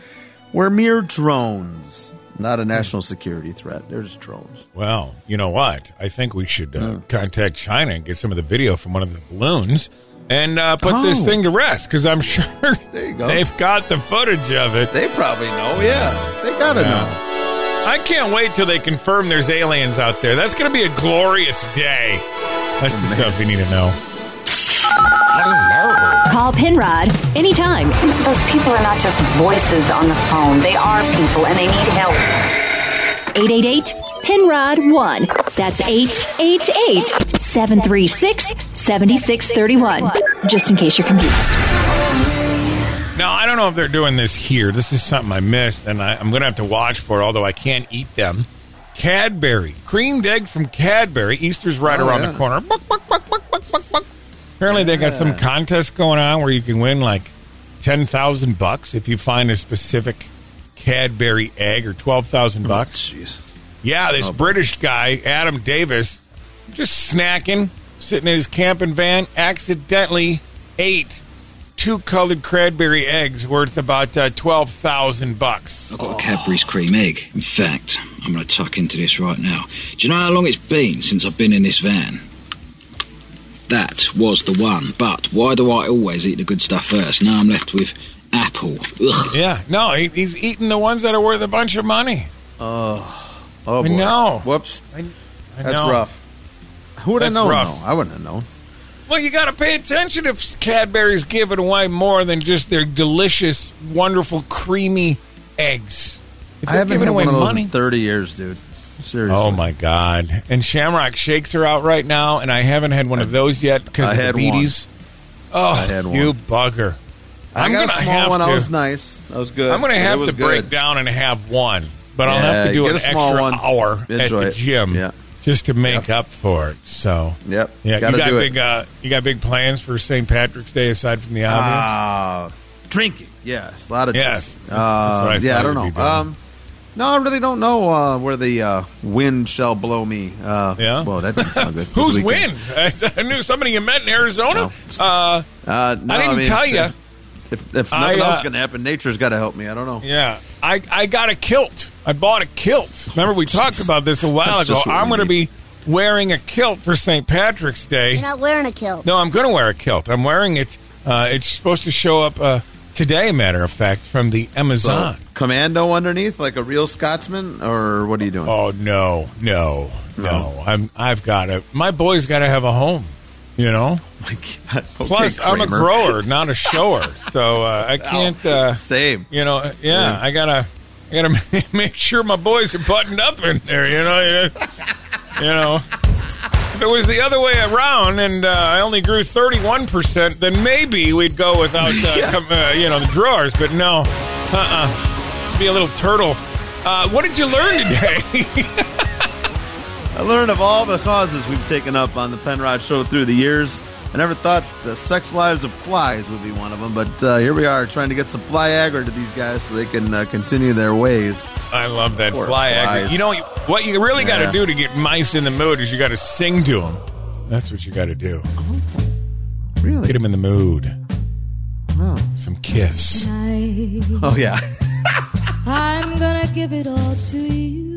Speaker 4: were mere drones, not a national security threat. They're just drones.
Speaker 15: Well, you know what? I think we should uh,
Speaker 4: Hmm.
Speaker 15: contact China and get some of the video from one of the balloons and uh, put this
Speaker 4: Oh.
Speaker 15: thing to rest because I'm sure
Speaker 4: go.
Speaker 15: they've got the footage of it.
Speaker 4: They probably know, yeah. They gotta know.
Speaker 15: I can't wait till they confirm there's aliens out there. That's going to be a glorious day. That's the stuff you need to know.
Speaker 19: Call Penrod anytime.
Speaker 30: Those people are not just voices on the phone. They are people and they need help.
Speaker 19: 888 Penrod 1. That's 888 736 7631. Just in case you're confused.
Speaker 15: Now, I don't know if they're doing this here. This is something I missed, and I, I'm going to have to watch for it, although I can't eat them. Cadbury. Creamed egg from Cadbury. Easter's right
Speaker 31: Oh,
Speaker 15: around
Speaker 31: yeah.
Speaker 15: the corner. Buck, buck, buck, buck, buck, buck, buck. Apparently, they got some contest going on where you can win like 10,000 bucks if you find a specific Cadbury egg or
Speaker 31: Hmm.
Speaker 15: 12,000 bucks. Jeez. Yeah,
Speaker 4: Oh,
Speaker 15: this British guy, Adam Davis, just snacking, sitting in his camping van, accidentally ate two colored cranberry eggs worth about uh, 12,000 bucks.
Speaker 14: I've got a Cadbury's cream egg. In fact, I'm going to tuck into this right now. Do you know how long it's been since I've been in this van? That was the one. But why do I always eat the good stuff first? Now I'm left with apple. Ugh.
Speaker 15: Yeah, no, he, he's eating the ones that are worth a bunch of money.
Speaker 4: Oh, oh
Speaker 15: I
Speaker 4: boy.
Speaker 15: know.
Speaker 4: Whoops.
Speaker 15: I
Speaker 4: That's
Speaker 15: know.
Speaker 4: rough. Who would have
Speaker 15: That's
Speaker 4: known?
Speaker 15: rough.
Speaker 4: though? I wouldn't have known.
Speaker 15: Well, you got to pay attention if Cadbury's giving away more than just their delicious, wonderful, creamy eggs. If
Speaker 4: I
Speaker 15: they're
Speaker 4: haven't
Speaker 15: giving
Speaker 4: had
Speaker 15: away
Speaker 4: one of those
Speaker 15: money.
Speaker 4: in 30 years, dude. Seriously.
Speaker 15: Oh my God! And Shamrock shakes are out right now, and I haven't had one of those yet because
Speaker 4: I
Speaker 15: of
Speaker 4: had
Speaker 15: the beaties. Oh,
Speaker 4: I had one.
Speaker 15: you bugger!
Speaker 4: I
Speaker 15: I'm
Speaker 4: got
Speaker 15: gonna
Speaker 4: a small
Speaker 15: have
Speaker 4: one.
Speaker 15: to-
Speaker 4: That was nice. That was good.
Speaker 15: I'm going to
Speaker 4: It
Speaker 15: have
Speaker 4: was
Speaker 15: to break
Speaker 4: good.
Speaker 15: down and have one, but I'll have
Speaker 4: Yeah,
Speaker 15: to do
Speaker 4: get
Speaker 15: an
Speaker 4: a small
Speaker 15: extra
Speaker 4: one.
Speaker 15: hour at
Speaker 4: Enjoy
Speaker 15: the
Speaker 4: it.
Speaker 15: gym
Speaker 4: Yeah.
Speaker 15: just to make up for it. So,
Speaker 4: Yep.
Speaker 15: yeah,
Speaker 4: Gotta
Speaker 15: you got
Speaker 4: do it.
Speaker 15: big, uh, you got big plans for St. Patrick's Day aside from the
Speaker 4: Ah.
Speaker 15: obvious.
Speaker 4: drinking. Uh, Yes, a lot of
Speaker 15: Yes.
Speaker 4: drinking. Uh,
Speaker 15: That's what I
Speaker 4: yeah,
Speaker 15: thought
Speaker 4: I don't
Speaker 15: it would be
Speaker 4: know.
Speaker 15: doing.
Speaker 4: Um, no, I really don't know uh, where the uh, wind shall blow me. Uh, yeah. Well, that didn't sound good.
Speaker 15: Who's
Speaker 4: This weekend.
Speaker 15: wind? I knew somebody you met in Arizona. Uh,
Speaker 4: Uh, no,
Speaker 15: I didn't
Speaker 4: mean,
Speaker 15: tell
Speaker 4: if-
Speaker 15: ya.
Speaker 4: If, if
Speaker 15: I,
Speaker 4: nothing
Speaker 15: uh,
Speaker 4: else is going to happen, nature's got to help me. I don't know.
Speaker 15: Yeah, I I got a kilt. I bought a kilt. Remember we talked about this a while
Speaker 4: That's
Speaker 15: ago.
Speaker 4: just what
Speaker 15: I'm
Speaker 4: we
Speaker 15: going to be wearing a kilt for St. Patrick's Day.
Speaker 13: You're not wearing a kilt.
Speaker 15: No, I'm going to wear a kilt. I'm wearing it. Uh, it's supposed to show up uh, today, matter of fact, from the
Speaker 4: So,
Speaker 15: Amazon.
Speaker 4: commando underneath, like a real Scotsman, or what are you doing?
Speaker 15: Oh no, no, no! I'm I've got to. My boy's got to have a home. You know.
Speaker 4: My God.
Speaker 15: Plus, I'm a
Speaker 4: Kramer.
Speaker 15: grower, not a shower, so uh, I can't. Uh,
Speaker 4: Same.
Speaker 15: You know. Yeah,
Speaker 4: Yeah.
Speaker 15: I gotta. I gotta make sure my boys are buttoned up in there. You know. You know. If it was the other way around, and uh, I only grew thirty-one percent, then maybe we'd go without, uh, com- uh, you know, the drawers. But no, uh-uh. be a little turtle. Uh, what did you learn today?
Speaker 4: I learned of all the causes we've taken up on the Penrod Show through the years. I never thought the sex lives of flies would be one of them, but uh, here we are trying to get some fly aggro to these guys so they can uh, continue their ways.
Speaker 15: I love that
Speaker 4: Poor
Speaker 15: fly actor.
Speaker 4: flies.
Speaker 15: You know what you really got to
Speaker 4: Yeah.
Speaker 15: do to get mice in the mood is you got to sing to them. That's what you got to do.
Speaker 4: Really?
Speaker 15: Get them in the mood.
Speaker 4: Hmm.
Speaker 15: Some kiss.
Speaker 32: Tonight,
Speaker 4: Oh yeah.
Speaker 32: I'm gonna give it all to you.